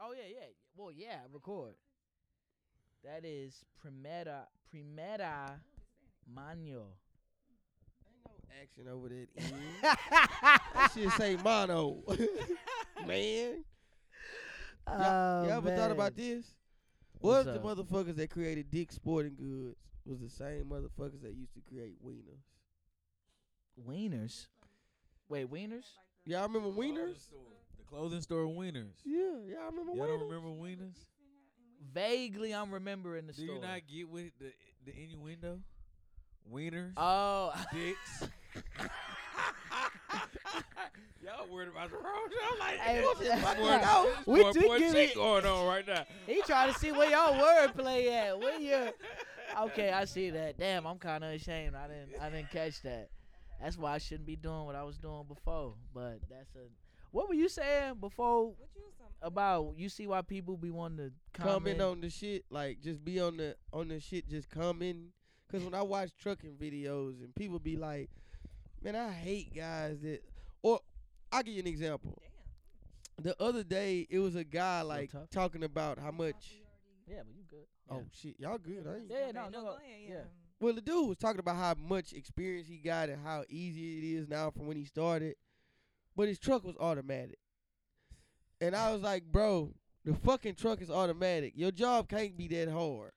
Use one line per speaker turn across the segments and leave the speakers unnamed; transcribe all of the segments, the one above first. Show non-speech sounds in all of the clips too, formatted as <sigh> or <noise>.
Oh yeah, yeah. Well, yeah, record. That is Primera Primera Mano.
Ain't no action over that. end. that
<laughs>
shit say mono. <laughs> man. Y'all, y'all ever thought about this?
Oh,
What
What's
if the
up?
motherfuckers that created Dick Sporting Goods was the same motherfuckers that used to create Wieners?
Wieners? Wait, wieners?
Y'all
Oh,
remember
Wieners?
Wieners?
The clothing store Wieners.
Yeah, y'all remember
Y'all
Wieners?
don't
<laughs>
remember Wieners?
Vaguely, I'm remembering the
Do
story.
you not get with the the innuendo? Wieners,
oh, <laughs>
dicks. Y'all worried about the wrong shit. I'm like,
Hey, <laughs>
what the
yeah.
fuck going on? This
We
boy,
did
boy,
get
shit
it.
going on
<laughs>
right now.
he trying to see where y'all wordplay at. Where you? <laughs> Okay, I see that. Damn, I'm kind of ashamed. I didn't. I didn't catch that. That's why I shouldn't be doing what I was doing before. But that's a. What were you saying before
What you some?
about? You see why people be wanting to comment
Comment on the shit, like just be on the on the shit, just comment. Cause when I watch trucking videos and people be like, "Man, I hate guys that," or I'll give you an example.
Damn.
The other day, it was a guy like
tough.
talking about how much.
Yeah, but you good.
Oh shit, y'all good? I ain't.
Yeah,
Okay,
no, no,
go
no.
ahead,
Yeah.
yeah.
Well, the dude was talking about how much experience he got and how easy it is now from when he started, but his truck was automatic. And I was like, bro, the fucking truck is automatic. Your job can't be that hard.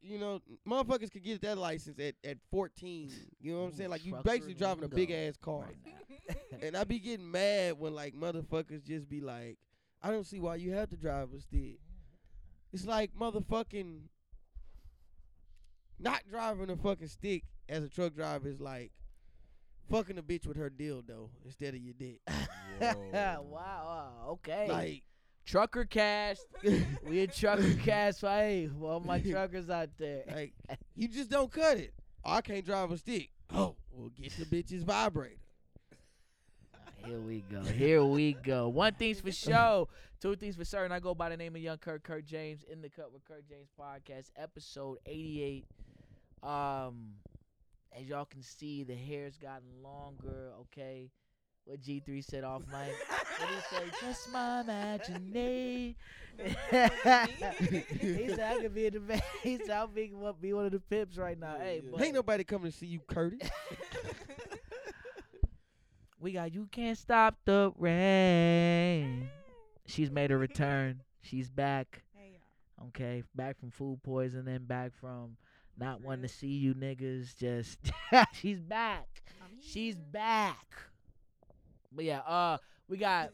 You know, motherfuckers could get that license at, at 14. You know what I'm
Ooh,
saying? Like, you
truckers
basically driving a
lingo
big ass car.
Right now.
And I be getting mad when, like, motherfuckers just be like, I don't see why you have to drive a stick. It's like motherfucking not driving a fucking stick as a truck driver is like fucking a bitch with her dildo instead of your dick. <laughs>
<laughs> wow, Ah, wow. Okay.
Like
trucker cash. we a <laughs>
<laughs>
trucker cash. So hey, for all <laughs> my truckers out there.
like you just don't cut it. Oh, I can't drive a stick. Oh, well get the bitch's vibrator.
Ah, Here we <laughs> go. Here we go. One thing's <laughs> for sure. Two things for certain. I go by the name of Young Kurt, Kurt James, in the cut with Kurt James podcast, episode 88. Um, as y'all can see, the hair's gotten longer. Okay, what G3 said off mic. What did he say? Just my
<laughs>
imagination. <laughs>
<laughs>
he said I could be in the van. <laughs> He said I'll be, one- be one of the pips right now. Hey,
Yeah,
but
Ain't nobody coming to see you, Curtis.
we got you can't stop the rain. She's made a return. She's back.
Hey y'all.
Okay, back from food poisoning, back from not wanting to see you niggas. Just <laughs> she's back.
I'm
She's
here. <laughs>
back. But yeah, uh, we got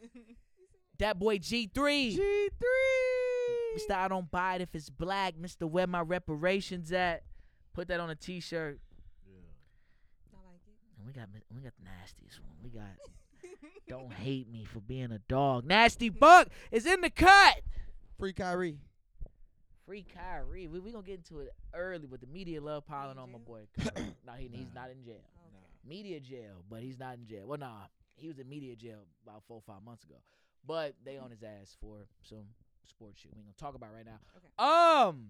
that boy G three.
G three.
Mister, I don't buy it if it's black. Mister, where my reparations at? Put that on a t shirt.
I like it.
And we got mi- we got the nastiest one. We got don't hate me for being a dog. Nasty Buck is in the cut.
Free Kyrie.
Free Kyrie. We we gonna get into it early, but the media love piling
in
on my
jail?
boy. Kyrie. no, he, he's
Nah.
not in jail.
Okay.
Media jail, but he's not in jail. Well, nah, he was in media jail about four or five months ago. But they on his ass for some sports shit we ain't gonna talk about right now.
Okay.
Um,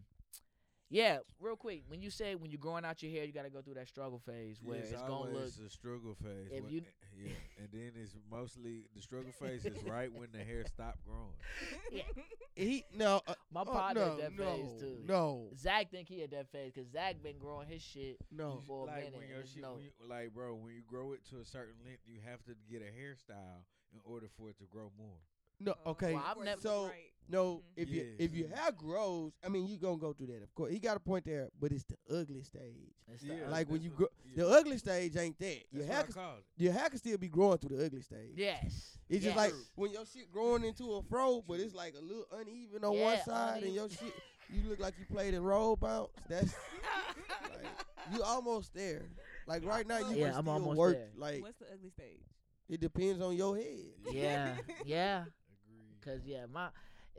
yeah, real quick. When you say when you're growing out your hair, you gotta go through that struggle phase where it's gonna look.
a struggle phase.
If
when- eh,
you-
yeah, and then it's mostly the struggle phase is right when the hair stopped
<laughs>
growing.
<laughs>
He no. Uh,
My
oh,
partner
no,
at that
no,
phase too.
No.
Zach think he at that phase because Zach been growing his shit
No.
Oh, for a
like
minute.
when
and
your
it's
shit,
no.
when you, like bro, when you grow it to a certain length, you have to get a hairstyle in order for it to grow more.
No. Okay.
Well, I've never-
so- <laughs>
Mm-hmm.
No,
Mhm.
if you if your
Yeah.
hair grows, I mean you gonna go through that. Of course, he got a point there, but it's the ugly stage.
It's the-
Yeah.
like when
that's
you grow,
what- yeah.
the ugly stage ain't that. Your
That's
hair,
what I
can,
called it.
your hair can still be growing through the ugly stage.
yes. yes.
It's just like when your shit growing into a fro, but it's like a little uneven on one
Yeah,
side, and your shit you look like you played in roll bounce. That's you almost there. Like right now, you
Yeah,
can
I'm
still
almost
work.
there.
Like
What's the ugly stage?
it depends on your head.
yeah, yeah.
Agreed. <laughs>
Cause yeah, my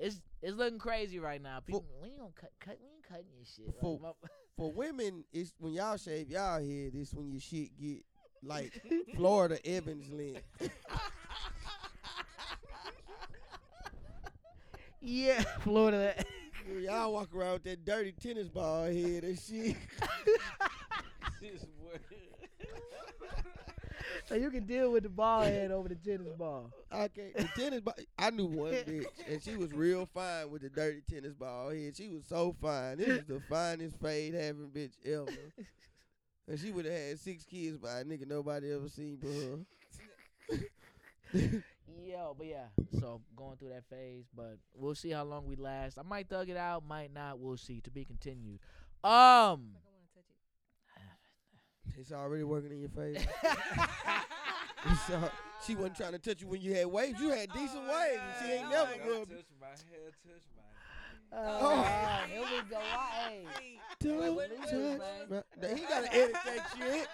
it's it's looking crazy right now. People,
Fo-
we ain't gonna cut, cut, we ain't cutting your shit. Like,
Fo-
my-
For women, it's when y'all shave y'all head. It's when your shit get
<laughs>
like Florida Evans length.
yeah, <laughs> Florida.
Dude, Y'all walk around with that dirty tennis ball head and shit.
This is what-
So you can deal with the ball head over the tennis ball.
<laughs> I can't. The tennis ball. I knew one bitch, and she was real fine with the dirty tennis ball head. She was so fine. This is the finest fade having bitch ever. And she would have had six kids by a nigga nobody ever seen but her.
Yo, but yeah. So going through that phase, but we'll see how long we last. I might thug it out, might not. We'll see. To be continued. <laughs> Um.
Like I want to touch it.
It's already working in your <laughs> face.
<laughs>
It's all- she wasn't trying to touch you when you had waves. You had decent
Oh,
waves.
God.
She ain't
Oh,
never
God.
will.
touch my hair, touch my
Oh,
Oh.
wow, here we go. Hey.
Don't
what- what-
touch
what-
my- Now, He gotta edit that shit.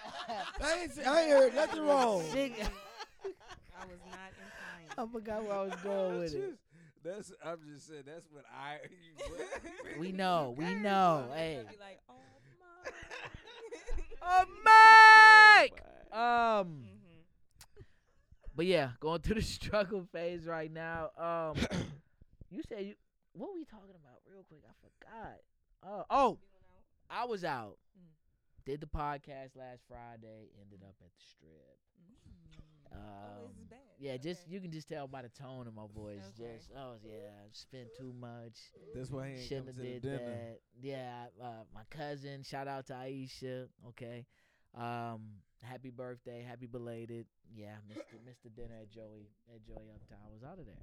I ain't, se- I ain't heard nothing wrong.
<laughs> Sig-
I was not implying.
<laughs> I forgot where I was going with <laughs> it.
That's I'm just saying that's what I <laughs> what?
We know, we know. Hey.
Be like, oh my.
<laughs> Oh, Mike. Um.
Mhm.
But yeah, going through the <laughs> struggle phase right now. <coughs> Um, you said you what were we talking about real quick? I forgot. Uh, oh, I was out.
Mm.
Did the podcast last Friday. Ended up at the strip.
Mm.
Um,
oh, this is bad.
yeah, just
Okay.
you can just tell by the tone of my voice.
Okay.
Just oh yeah, spent too much.
<laughs> That's why he ain't
Shouldn't
coming
have
to the
did
dinner.
that. Yeah, uh, my cousin. Shout out to Aisha. Okay. Um, happy birthday, happy belated. Yeah, missed the, missed the dinner at Joey at Joey Uptown. I was out of there.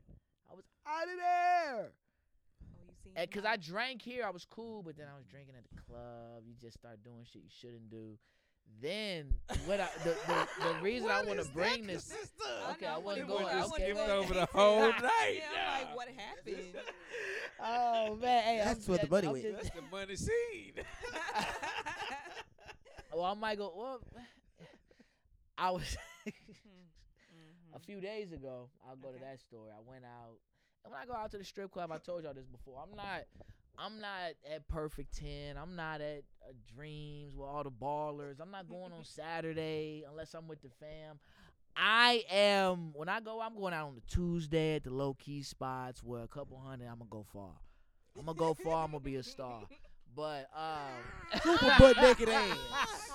I was out of there.
Oh, you seen
And Eh, cause I
Mike?
drank here, I was cool, but then I was drinking at the club. You just start doing shit you shouldn't do. Then what? I, the, the the <laughs> reason I
What
want to
is that
bring this.
sister?
I
Okay, I
know,
wasn't
it
going-
I
I
wasn't
skipped
going
over
<laughs>
the
into
whole
that.
night,
Yeah, I'm
nah.
like, what happened?
<laughs> Oh man, hey, I'm
That's what the
just-
money
I'm
went.
just-
That's the
<laughs>
money seed.
Well, I might go. <laughs> Well, I was <laughs>
Mhm.
<laughs> a few days ago. I'll go to
Okay.
that store. I went out, and when I go out to the strip club, I told y'all this before. I'm not, I'm not at Perfect Ten. I'm not at uh, Dreams with all the ballers. I'm not going on Saturday unless I'm with the fam. I am when I go. I'm going out on the Tuesday at the low key spots where a couple hundred. I'm gonna go far. I'm gonna go far. I'm gonna be a
<laughs>
star. But um, <laughs>
Super butt naked ass.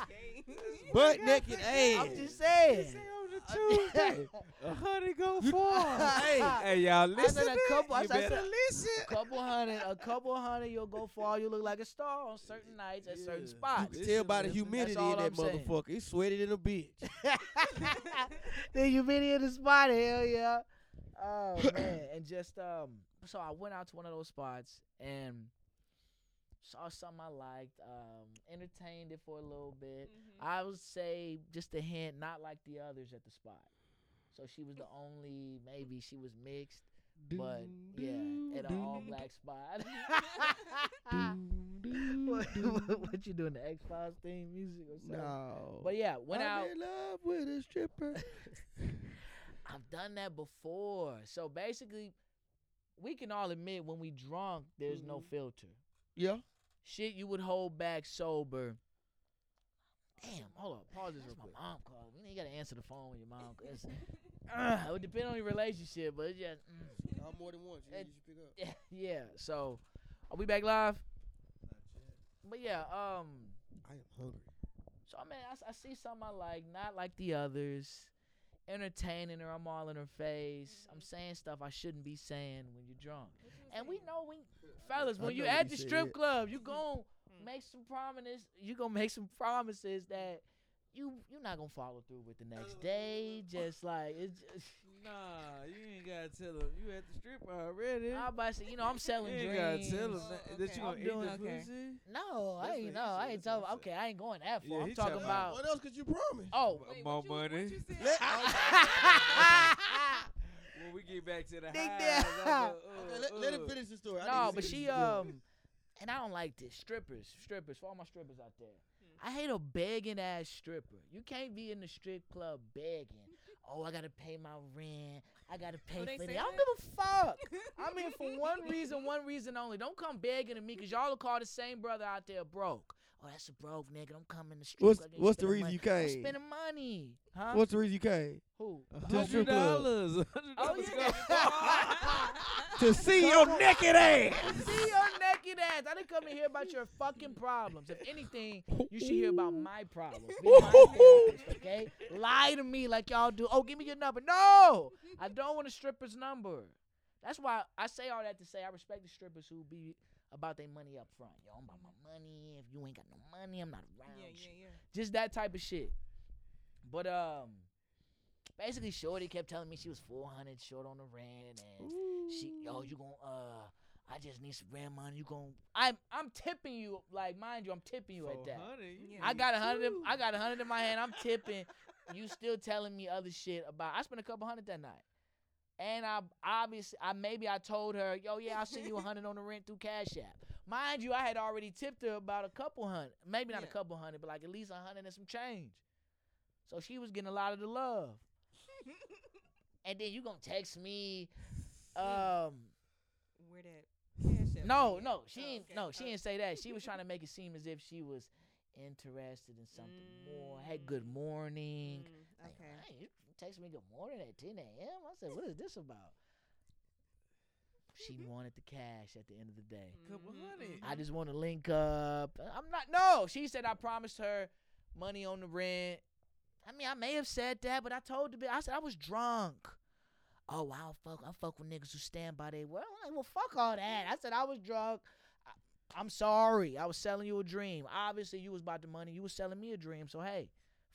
Okay. <laughs>
Butt naked ass.
I'm just
<laughs>
saying.
Tuesday. A honey go far.
<laughs> Hey,
hey,
<laughs>
y'all
I
listen
said a
to
couple.
that.
I
You
said, I
better
said
listen.
a couple hundred. A couple hundred. You'll go far. You look like a star on certain nights at certain
Yeah.
You
spots.
can tell by the
Listen,
humidity
that's all
in that
I'm saying.
motherfucker. It's sweated in
<laughs>
a bitch.
then you been in <laughs> the spot. Hell yeah. Oh
<coughs>
man. And just um. So I went out to one of those spots and saw something I liked. Um, entertained it for a little bit.
Mhm.
I would say just a hint, not like the others at the spot. So she was the only. Maybe she was mixed. But yeah, at an all black <laughs> spot. what, what- <laughs> what you doing? The X Files theme music or something?
No.
But yeah, went
I'm
out.
in love with a stripper.
I've done that before. So basically, we can all admit when we drunk, there's no
Mhm.
filter.
<laughs> yeah.
Shit, you would hold back sober. Damn, hold up, pause this real quick. My mom called. You ain't gotta answer the phone when your <laughs> mom.
Mm-hmm.
It's, uh, it would depend on your relationship, but it's just. mm.
Not more than once.
you- you
should pick up.
Yeah, <laughs> yeah. So, are we back live? But yeah, um.
I am hungry.
So I mean, I, s- I see something I like, not like the others. Entertaining her, I'm all in her face.
Mm-hmm.
I'm saying stuff I shouldn't be saying when you're drunk.
What you
And
saying? <laughs>
we know when, fellas,
I
when
know
you
what
at
you Mm-hmm.
the
said.
strip club, you gon'
Mm.
make some promises. You gonna make some promises that you you're not gonna follow through with the next
<laughs>
day. Just like it's, just,
Nah, you ain't gotta tell them. You at the strip already.
I'm about to say, you know, I'm
you
selling
ain't
dreams.
gotta tell them
Oh,
that,
okay.
that you
I'm
gonna eat
doing
the
okay.
pussy.
No,
That's
I
what
ain't
he
know.
said,
I ain't
that's what
talking.
I said.
Okay, I ain't going that
Yeah,
far. I'm
he
talking
talking
about.
What else could you promise?
Oh,
Wait,
More
what you- what
money.
you said?
Let-
Oh,
<laughs>
<laughs>
<laughs> When we get back to the
Dig
house,
that.
I go,
Okay,
uh,
let, let him
uh.
finish the story. I
no,
need to
but
see
she
this girl.
um, and I don't like this. Strippers, strippers, for all my strippers out there.
Hmm.
I hate a begging ass stripper. You can't be in the strip club begging.
<laughs>
Oh, I gotta pay my rent. I gotta pay
Oh, they
for
say
this. I don't
that?
give a
<laughs>
fuck. I'm here for one reason, one reason only. Don't come begging to me, cause y'all will call the same brother out there broke. Oh, that's a broke nigga. I'm coming to strip
What's
club. You
what's the
spending
reason
money.
you
I'm
came?
spending money, huh?
What's the reason you came?
Who?
To the
Hundred
strip club.
dollars. <laughs> Hundred
Oh,
dollars.
yeah.
go far.
<laughs>
<laughs>
To see your naked ass.
See your naked ass. I didn't come to hear about your fucking problems. If anything, you should hear about my problems. Be mindful of this, okay? Lie to me like y'all do. Oh, give me your number. No, I don't want a stripper's number. That's why I say all that to say I respect the strippers who be about their money up front. Yo, I'm about my money. If you ain't got no money, I'm not around.
yeah,
you
yeah, yeah.
just that type of shit. But um, basically, Shorty kept telling me she was four hundred short on the rent, and she, yo, you gon' uh, I just need some rent money. You gon' I'm I'm tipping you, like mind you, I'm tipping you
Oh,
at that.
Yeah.
I got a hundred, in- I got a hundred in my hand. I'm tipping. You still telling me other shit about? I spent a couple hundred that night. And I obviously, I maybe I told her, yo, yeah, I'll send you a hundred on the rent through Cash App. Mind you, I had already tipped her about a couple hundred, maybe not a
Yeah.
couple hundred, but like at least a hundred and some change. So she was getting a lot of the love. and then you gonna text me, um,
Where that? cash app
no,
money at?
no, she
Oh,
ain't,
okay.
no, she
Oh,
didn't say that. She was trying to make it seem as if she was interested in something more. Had good morning.
mm,
Like,
Okay.
"Hey, you text me good morning at 10 a.m. I said, what is this about?
Mm-hmm.
She wanted the cash at the end of the day.
Couple
Mm-hmm,
Mhm,
hundred.
I
mhm.
just want to link up. I'm not. No, she said I promised her money on the rent. I mean, I may have said that, but I told the bitch. I said I was drunk. Oh, I don't fuck. I fuck with niggas who stand by their word. I'm like, well, fuck all that. I said I was drunk. I, I'm sorry. I was selling you a dream. Obviously, you was about the money. You was selling me a dream. So hey,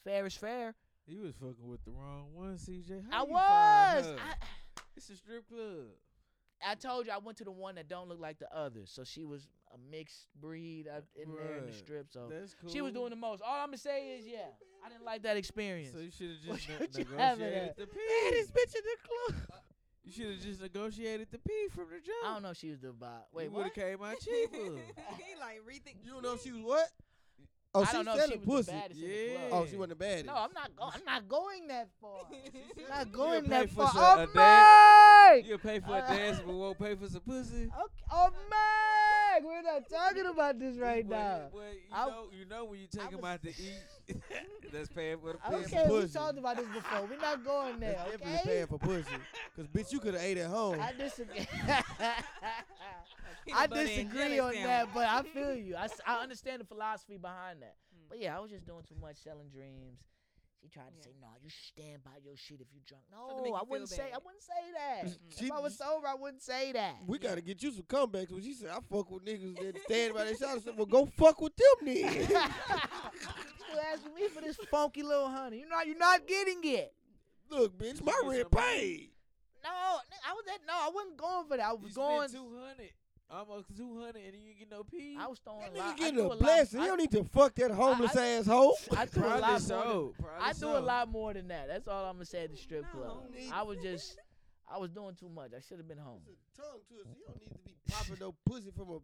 fair is fair.
You was fucking with the wrong one, CJ.
I
How you find
was.
her?
I,
it's a strip club.
I told you I went to the one that don't look like the others. So she was a mixed breed up in there in the
Right.
strip. So
That's cool.
Oh. she was doing the most. All I'm gonna say is, yeah, I didn't like that experience.
So you should have
What
just
would you
ne-
have it
negotiated
at?
the pee.
bitch in the club.
You should have just negotiated the pee from the
I
jump.
don't know if she was the bot. Wait,
you
what?
have came
<laughs>
out cheaper.
<laughs> he like rethink.
You don't know
<laughs>
if she was what? Oh,
I
she
don't know if
selling
she was
pussy.
the baddest in the
Yeah.
club.
Oh, she wasn't the baddest.
No, I'm not. Go- I'm not going that
<laughs>
far. I'm not going
pay
that
for
far.
some-
Oh
a
man!
You'll pay for a dance, but won't pay for some pussy.
Okay. Oh man! We're not talking about this <laughs> right
Well,
now.
well, you,
I-
know, you know when you take
was-
them out to eat, <laughs> that's paying for the pussy.
Okay, we
pussy.
talked about this before. We're not going
That's
there.
definitely
Okay.
paying for pussy. Cause bitch, you could have ate at home.
I disagree.
<laughs>
<laughs>
Peanut
I
butter and
disagree
jelly
on that,
sandwich.
but I
<laughs>
feel you. I, s- I understand the philosophy behind that.
Mm.
But yeah, I was just doing too much selling dreams. She tried to
Yeah.
say, "No, you should stand by your shit if you drunk."
to make
No,
you
I
feel
wouldn't say. I
bad.
wouldn't say that.
She-
if I was sober, I wouldn't say that.
we gotta get you some comebacks. When she said, "I fuck with niggas that stand by their shot," I said, "Well, go fuck with them
<laughs> you <laughs>
niggas."
still asking me for this funky little honey? You know, you're not getting it.
Look, bitch, my
You
rent
somebody-
paid.
No, nigga, I was at, no, I wasn't going for that. I was
You
going.
spent two hundred, almost two hundred, and you didn't get no pee. <laughs>
I was throwing.
That
a lot.
nigga
I do
getting
a
a
lot-
blessing.
I-
You don't need to fuck that
<laughs>
homeless asshole.
I do a
Probably
lot more. Than,
so. Probably
I do
so.
a lot more than that. That's all I'm gonna say at the strip club.
No.
I was just, I was doing too much. I should have been home.
tongue twister. You don't need to be popping no pussy from a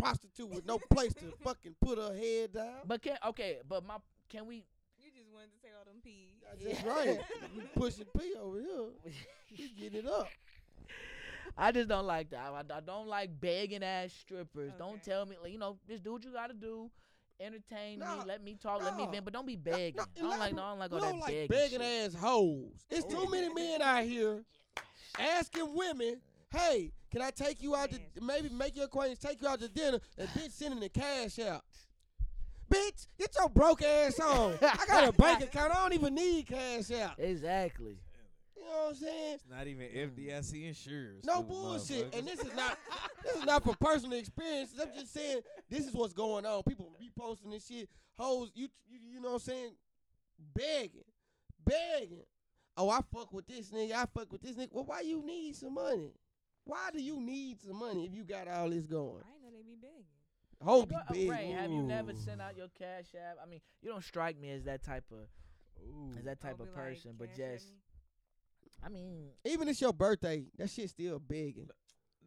prostitute with no place to fucking put her head down.
But can okay, but my can we?
<laughs> You just wanted to say all them peas.
That's
Yeah.
right.
<laughs>
We pushing P over here. We getting it up.
I just don't like that. I, I don't like begging ass strippers. Don't
Okay.
tell me, like, you know, just do what you gotta do. Entertain me.
Nah,
Let me talk. Let me
nah,
vent. But don't be
No,
begging. I don't
no,
like.
elaborate.
No, I don't like
We
all
don't
that
like
begging.
begging
shit.
ass hoes. It's too many men out here asking women, "Hey, can I take you out to
Yes.
maybe make your acquaintance take you out to dinner?" And bitch sending the cash out. Bitch, get your broke ass on. I got a
<laughs>
bank account. I don't even need cash out.
Exactly.
You know what I'm saying?
It's not even
Mm.
FDIC insurance.
No
stupid
bullshit. And
motherfuckers.
this is
<laughs>
not this is not for personal experiences. I'm just saying this is what's going on. People reposting this shit. Hoes, you you, you know what I'm saying? Begging. Begging. Oh, I fuck with this nigga. I fuck with this nigga. Well, why you need some money? Why do you need some money if you got all this going?
I ain't know they be begging.
Hoes be
Well,
big.
Ray, have you never
Ooh.
sent out your cash app? I mean, you don't strike me as that type of
Ooh.
as that
I'll
type
be
of
like,
person. but
"Cash at
just,
me."
I mean,
Even it's your birthday, that shit still begging.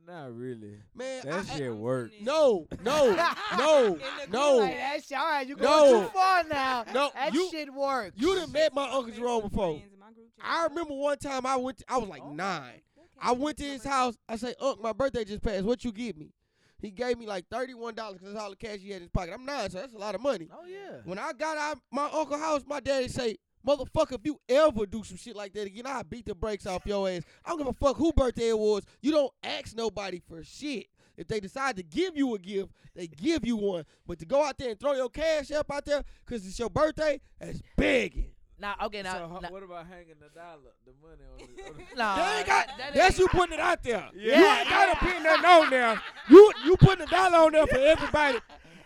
not really.
Man,
That
I,
shit
I'm
work.
sending-
no, no, no,
In the
no.
like, that's all right. You going
No.
too far now.
No,
that
you-
shit works.
You done met my Uncle
Facebook
Jerome before.
friends in my group chat.
I remember one time I went. To, I was like
Oh.
nine.
Okay,
I went to
that's
his
my
house. I say, "Unc, my birthday just passed. What you give me?" He gave me like thirty-one dollars because that's all the cash he had in his pocket. I'm nine, so that's a lot of money.
Oh yeah.
When I got out my uncle's house, my daddy say, "Motherfucker, if you ever do some shit like that again, I will beat the brakes off your ass. I don't give a fuck who birthday it was. You don't ask nobody for shit. If they decide to give you a gift, they give you one. But to go out there and throw your cash up out there because it's your birthday, that's begging.
Now, okay, now,
so, ho-
now-
what about hanging the dollar, the money on
<laughs>
the? On the
nah,
They ain't got-
that ain't-
That's you putting it out there.
Yeah,
you ain't
yeah.
gotta put nothing on there. You you putting a dollar on there for <laughs> everybody.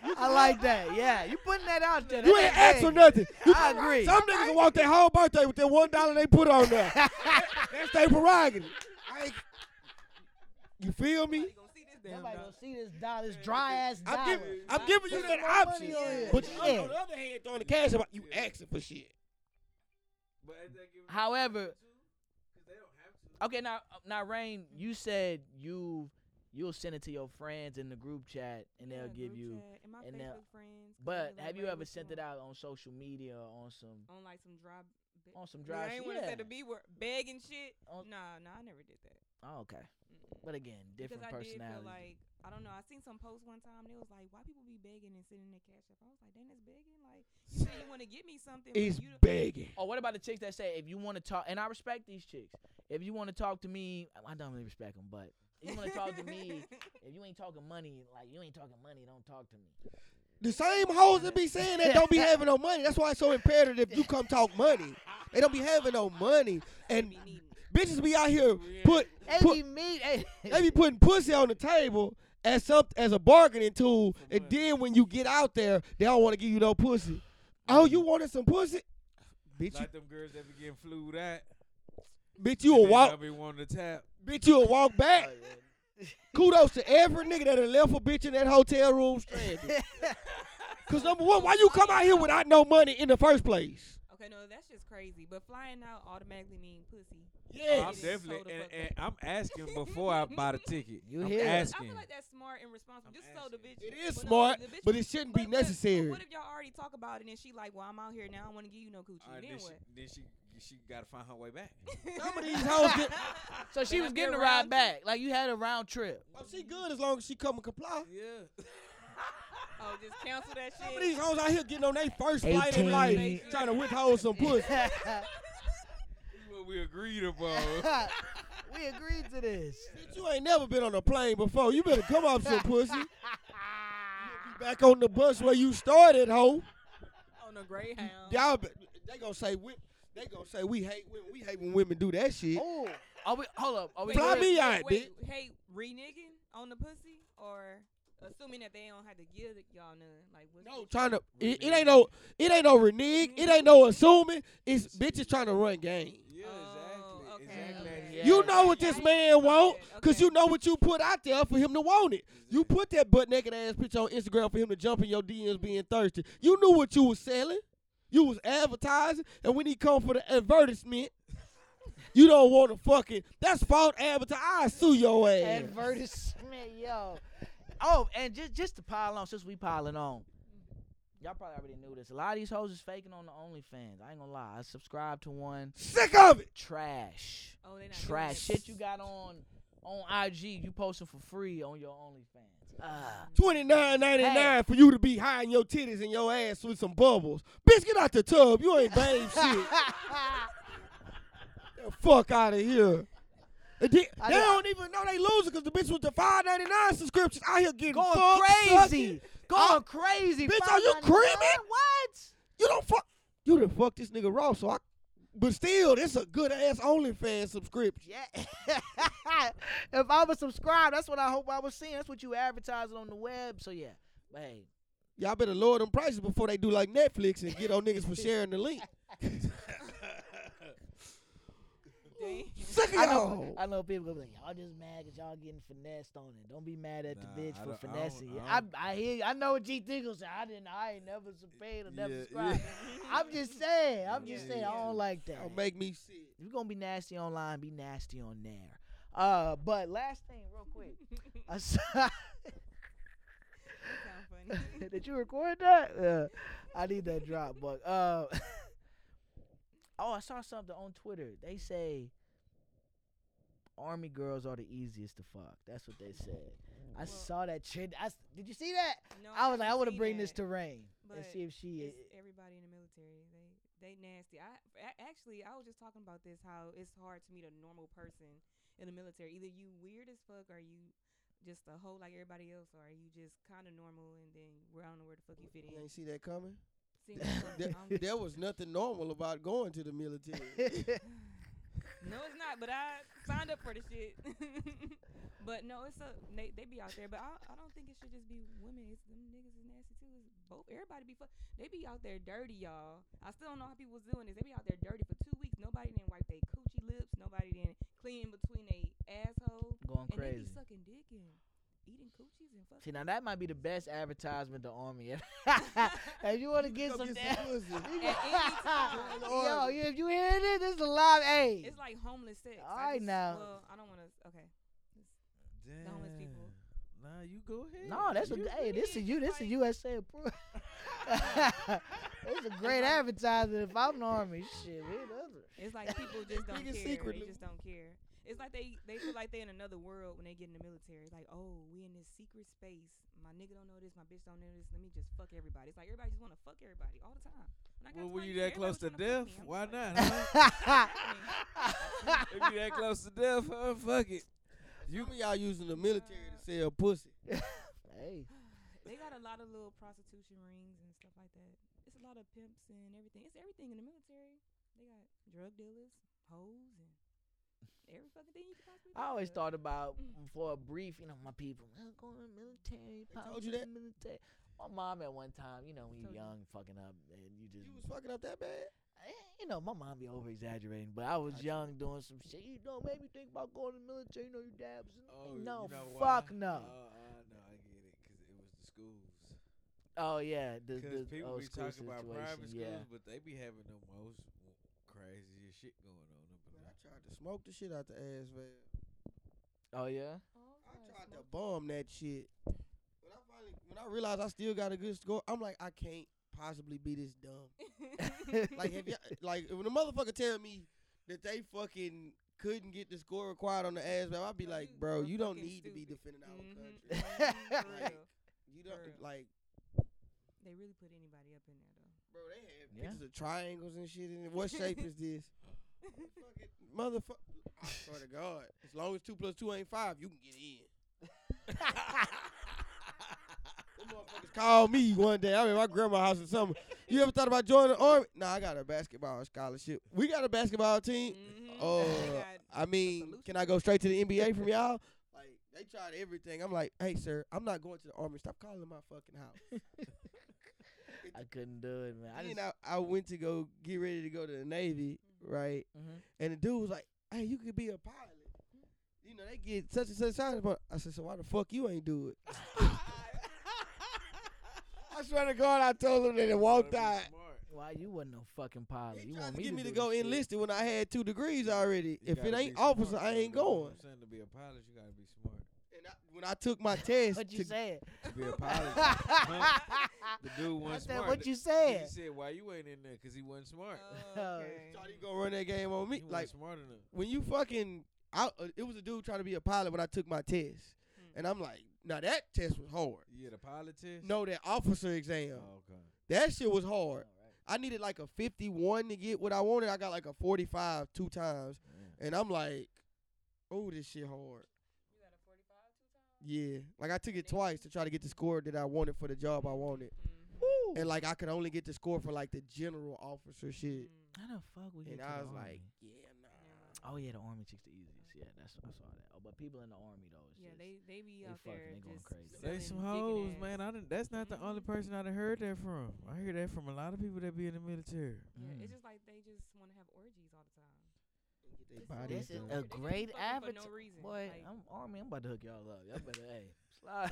I like that. Yeah, you putting that out there.
You
That
ain't
ain't
ask for
big.
nothing. You-
I agree.
Some niggas will walk their whole birthday with that one dollar they put on <laughs> there. That's their prerogative. I ain't- you feel me?
Nobody gonna see this damn
Nobody gonna
dog.
see this dollar, this dry ass dollar.
I'm giving, I'm
Dollar.
giving you
Put
that
some
more
option.
money on here.
But you,
Yeah.
on the other hand, throwing the cash out, you asking for shit.
but ain't that giving them
However-
too? 'Cause they don't have to.
Okay, now, now, Rain, you said you you'll send it to your friends in the group chat, and
Yeah,
they'll give
group
you.
chat and my
and they'll-
Facebook friends.
But have you ever sent it out on social media or on some
on like some dry? b-
on some
Yeah,
dry
I
shit?
ain't want to say the B word, begging shit.
On-
Nah, nah, I never did that.
Oh, okay,
Mm-mm.
but again, different
because I did feel
personalities.
like I don't know. I seen some posts one time. They was like, "Why people be begging and sending their cash up?" I was like, "Damn, that's begging." Like you say you want to get me something, but
It's
you don't-
begging.
Oh, what about the chicks that say if you want to talk? And I respect these chicks. If you want to talk to me, I don't really respect them, but if you want to talk to me, if you ain't talking money, like you ain't talking money, don't talk to me.
The same hoes that be saying that don't be having no money. That's why it's so imperative if you come talk money. They don't be having no money. And
be needing.
bitches be out here put
They
put
be mean. Hey, <laughs>
they be putting pussy on the table as some as a bargaining tool,
For
and
money.
then when you get out there, they don't want to give you no pussy. Oh, you wanted some pussy, bitch! You,
Like them girls that be getting flued at.
bitch, you a
walk. I <laughs>
walk,
be wanting to tap.
bitch, you a walk back.
Oh, yeah.
Kudos to every nigga that done left a bitch in that hotel room stranded. Cause number one, why you come out here without no money in the first place?
<laughs> Okay, no, that's just crazy. But flying out automatically mean pussy.
Oh,
Yeah,
I'm
Yes.
definitely,
Sold the
and,
fuck
and
up.
I'm asking before I buy the ticket.
You
I'm
hear?
I
asking.
feel like that's smart and responsible.
I'm
Just so the
asking.
bitch.
it is
but no,
smart,
the bitch-
but it shouldn't be
but look, but
necessary.
What if y'all already talk about it and she like, well, I'm out here now. I want to give you no coochie.
All right,
then
then
what?
she, then she, she gotta find her way
<laughs>
back. <laughs>
Some of these hoes get-
So she
Can I
was
get
getting a
a
ride
round
back. Like you had a round trip.
Oh, she good as long as she come and comply.
yeah.
<laughs> Oh, just cancel that
Some of
shit.
these hoes out here getting on their first flight in life,
18.
trying to withhold
<laughs>
some pussy.
What we agreed
<laughs>
upon.
we agreed to this.
Bitch, you ain't never been on a plane before. You better come off some
<laughs>
pussy. You be back on the bus where you started, ho.
On a greyhound.
Y'all, be- they gonna say we, they gonna say we hate women. We hate when women do that shit.
Oh, are we? Hold up. Are we?
Wait,
good?
Fly
wait,
me
wait,
out,
wait, Hey, reneging on the pussy or assuming that they don't have to give y'all none. Like what's
No,
the-
trying to. It, it ain't no. It ain't no renege. It ain't no assuming. It's bitches trying to run game.
Yeah,
Oh,
exactly.
okay,
Exactly.
okay.
Yeah.
You know what this man want, cause
Okay.
you know what you put out there for him to want it.
<laughs>
<laughs>
You put that butt naked ass picture on Instagram for him to jump in your DMs being thirsty. You knew what you was selling. You was advertising, and when he come for the advertisement, <laughs> you don't want to fucking. That's false advertising. I sue your ass.
Advertisement, yo. Oh, and just just to pile on, since we piling on, y'all probably already knew this. A lot of these hoes is faking on the OnlyFans. I ain't gonna lie. I subscribed to one.
Sick of it.
Trash,
Oh, they not doing
trash.
it.
Shit you got on on IG, you posting for free on your OnlyFans. <laughs> Ah.
Twenty nine ninety nine for you to be hiding your titties and your ass with some bubbles. Bitch, get out the tub. You ain't
<laughs>
babe shit.
Ah.
The fuck out of here. And They,
I
they
know-
don't even know they losing because the bitch with the five ninety nine subscriptions out here getting
going
fucked,
crazy,
sucking.
going
I-
crazy.
Bitch, are you
$5.99?
creaming?
What?
You don't fuck. You done fuck this nigga raw. So I. But still, it's a good ass OnlyFans subscription.
Yeah. <laughs> if I was subscribed, that's what I hope I was seeing. That's what you advertising on the web. So yeah. But hey,
Y'all better lower them prices before they do like Netflix and get on niggas for sharing the link.
<laughs> Dang.
Sick of
I know,
y'all.
I know people gonna be like, y'all just mad because y'all getting finessed on it. Don't be mad at
Nah,
the bitch
I
for
don't- I don't-
finessing.
I
I,
don't-
I, hear, you. I know what G Tickle said. I didn't, I ain't never paid or never
Yeah, yeah.
subscribed. I'm
<laughs>
just saying, I'm just
Yeah,
saying, I
yeah.
don't like
<laughs>
that.
Don't make me sick.
If you're gonna be nasty online, be nasty on there. Uh, but last thing, real
<laughs>
quick, I saw <laughs>
That sound funny.
<laughs>
did you record that? Yeah, I need that drop, but uh, <laughs> oh, I saw something on Twitter. They say army girls are the easiest to fuck. That's what they said. I
Well-
saw that trend. I s did you see that?
No,
I was like, I
haven't
want to
seen
bring this
that.
to Rain and
but
see if she.
It's everybody in the military. They they nasty. I a- actually I was just talking about this how it's hard to meet a normal person in the military. Either you weird as fuck or you just a hoe like everybody else, or are you just kind of normal and then we're I don't know where the fuck you fit
You
in?
ain't see that coming.
See, I'm- I'm-
<laughs> There was nothing normal about going to the <laughs> military.
no, it's not. But I signed up for the shit. <laughs> but no, it's a they, they be out there. But I, I don't think it should just be women. It's them niggas is nasty too. It's both everybody be fuck. They be out there dirty, y'all. I still don't know how people was doing this. They be out there dirty for two weeks. Nobody didn't wipe their coochie lips. Nobody didn't clean between they asshole.
<laughs> Going
And they
crazy.
be sucking dick and eating coochies and fucking.
See, now that might be the best advertisement the army. ever- if you want to get
Go
some,
get some
<laughs>
pussy. <laughs>
At any time.
yo, if you hear this, this is a live aid.
It's like homeless sex.
All right,
just-
now.
Well, I don't want to. Okay.
Damn.
homeless people.
Nah, you go ahead.
No, that's what.
You-
Hey, this is
did,
you. This is
like-
USA approved. <laughs> it's a great advertisement. If I'm the army, shit, we the other.
It's like people
<laughs>
just don't care.
Biggest secret,
They
Lou.
just don't care. It's like they they feel like they in another world when they get in the military. It's like, oh, we in this secret space. My nigga don't know this. My bitch don't know this. Let me just fuck everybody. It's like everybody just want to fuck everybody all the time. When I got
Well,
to
were
my
you
unit,
that close to
everybody was
death?
tryna fuck me. I'm
Why
just
not?
like,
<laughs> huh? if you that close to death, huh? Fuck it.
You y'all using the military to sell pussy.
<laughs> hey,
they got a lot of little prostitution rings and stuff like that. It's a lot of pimps and everything. It's everything in the military. They got drug dealers, hoes, and every fucking thing you could possibly.
I always
think
thought
of.
about for a brief, you know, my people. I'm going to the military.
They told
pops,
you that?
Military. My mom at one time, you know, when you're
Told you.
young, fucking up, and you just
You was fucking up that bad?
Eh, you know, my mom be over exaggerating, but I was
Gotcha.
young doing some shit. You know, made me think about going to the military. You know, you dabs.
Oh,
no,
you know
fuck
why?
no.
Oh, I know, I get it, 'cause it was the schools.
oh yeah, the
Because
the
people
old
be
school
talking about private
situation.
schools,
Yeah,
but they be having the most w- craziest shit going on up in
Man,
there.
I tried to smoke the shit out the ass, man.
oh
<laughs>
yeah.
Oh,
I
sorry,
tried to
smoke. <laughs>
bomb that shit. When I finally, when I realized I still got a good score, I'm like, I can't possibly be this dumb. Like,
<laughs>
have you, like when a motherfucker tell me that they fucking couldn't get the score required on the ass, man, I'd be
No,
like,
you
bro,
are
you don't
fucking
need to be
stupid."
defending our
Mhm,
country.
mhm, <laughs> for
<laughs> Like-
real.
You don't
Bruh.
like,
They really put anybody up in there though.
<laughs> bro, they had
Yeah.
pictures of triangles and shit. In it. What shape is
<laughs>
this?
Mm-hmm.
Fucking Motherfucker, I swear to God, as long as two plus two ain't five, you can get in. Them motherfuckers call me one day. I'm in my grandma's house or something. You ever thought about joining the army? Nah, I got a basketball scholarship. We got a basketball team.
Mhm.
Oh,
They
<laughs>
got-
Mm-hmm.
I mean,
solution.
can I go straight to the NBA from y'all? Like they tried everything. I'm like, hey sir, I'm not going to the army. Stop calling my fucking house.
I couldn't do it, man. I
Then
just
I, I went to go get ready to go to the Navy, right?
Mhm.
And the dude was like, "Hey, you could be a pilot."
Mm-hmm.
You know, they get such and such out of I said, "So why the fuck you ain't do
<laughs>
it?" <laughs> I swear to God, I told him that it walked
Gotta
out.
be smart.
why you wasn't no fucking pilot.
He
You
tried
want
to
me
get
to
me to
do
go
this shit?
enlisted when I had two degrees already.
You
if it
gotta
ain't
be
officer,
smart,
I
though,
ain't
that's what
going.
I'm saying to be a pilot, you gotta be smart.
And I, when I took my test,
What you
to-
said?
To be a
<laughs>
pilot,
I
<laughs> the
<laughs>
dude wasn't
said
smart.
what you
<laughs> He
said. Oh.
just said why you ain't in there? 'Cause he wasn't smart.
<laughs>
Okay.
thought he gonna run that game on
He
me.
wasn't
Like
smart enough.
when you fucking, I, uh, it was a dude trying to be a pilot when I took my test,
Hmm.
and I'm like, now that test was hard.
Yeah, the pilot test.
No, that officer exam.
Oh, okay.
That shit was hard. <laughs> I needed like a 51 to get what I wanted. I got like a 45 two times.
Damn.
And I'm like, oh, this shit hard.
You got a 45 two times?
Yeah. Like I took it twice to try to get the score that I wanted for the job I wanted.
Mhm.
Woo.
And like I could only get the score for like the general officer shit.
Mm.
How the fuck we get
And
to
I
the
was
army?
like, yeah, nah.
Oh yeah, the army chicks the easiest. Yeah, that's I saw that. Oh, but people in the army though, it's
Yeah,
just
they they be
they
out
fucking,
there
they going
just
crazy.
They some
selling dick and
hoes,
ass.
man. I didn't, that's not the only
Mhm.
person I done heard that from. I hear that from a lot of people that be in the military.
Yeah,
Mm.
it's just like they just want to have orgies all the time.
They
This
This
body
Bodies
is
done.
a
don't- They just be
great
fucking for
advertisement.
no reason,
Boy,
like-
I'm army. I'm about to hook y'all up. Y'all better, hey, slide.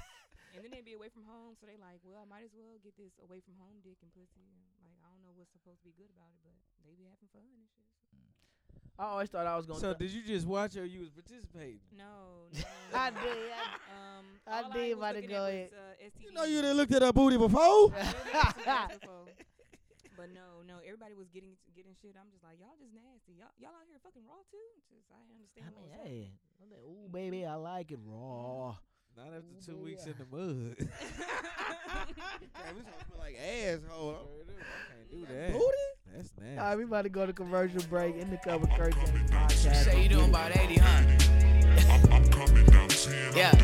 And then they be away from home, so they like, well, I might as well get this away from home dick and pussy. Like I don't know what's supposed to be good about it, but they be having fun and shit.
I always thought I was gonna.
So
th-
did you just watch or you was participating?
No,
<laughs>
no.
Mm-hmm. I
no,
did.
no.
I
Um,
I
all
did
was
about to
looking
go
at
ahead.
was, uh, STDs.
You know you done looked at her booty
<laughs>
before?
I really got two guys before.
<laughs>
But no, no, everybody was getting getting shit. I'm just like, y'all just nasty. Y'all y'all out here fucking raw too. Just I didn't
did. I
understand. what
mean,
was happening.
hey, I'm like, ooh baby, I like it raw.
Not after
Ooh,
two
baby,
weeks
I-
in the mud. <laughs>
Damn, this hoe smell like asshole. I'm-
Straight up, I can't do that.
That
Booty?
That's
All right,
nasty.
we about to go to commercial break in the cover Kurt James podcast.
Say you doing about 80, huh? Yeah.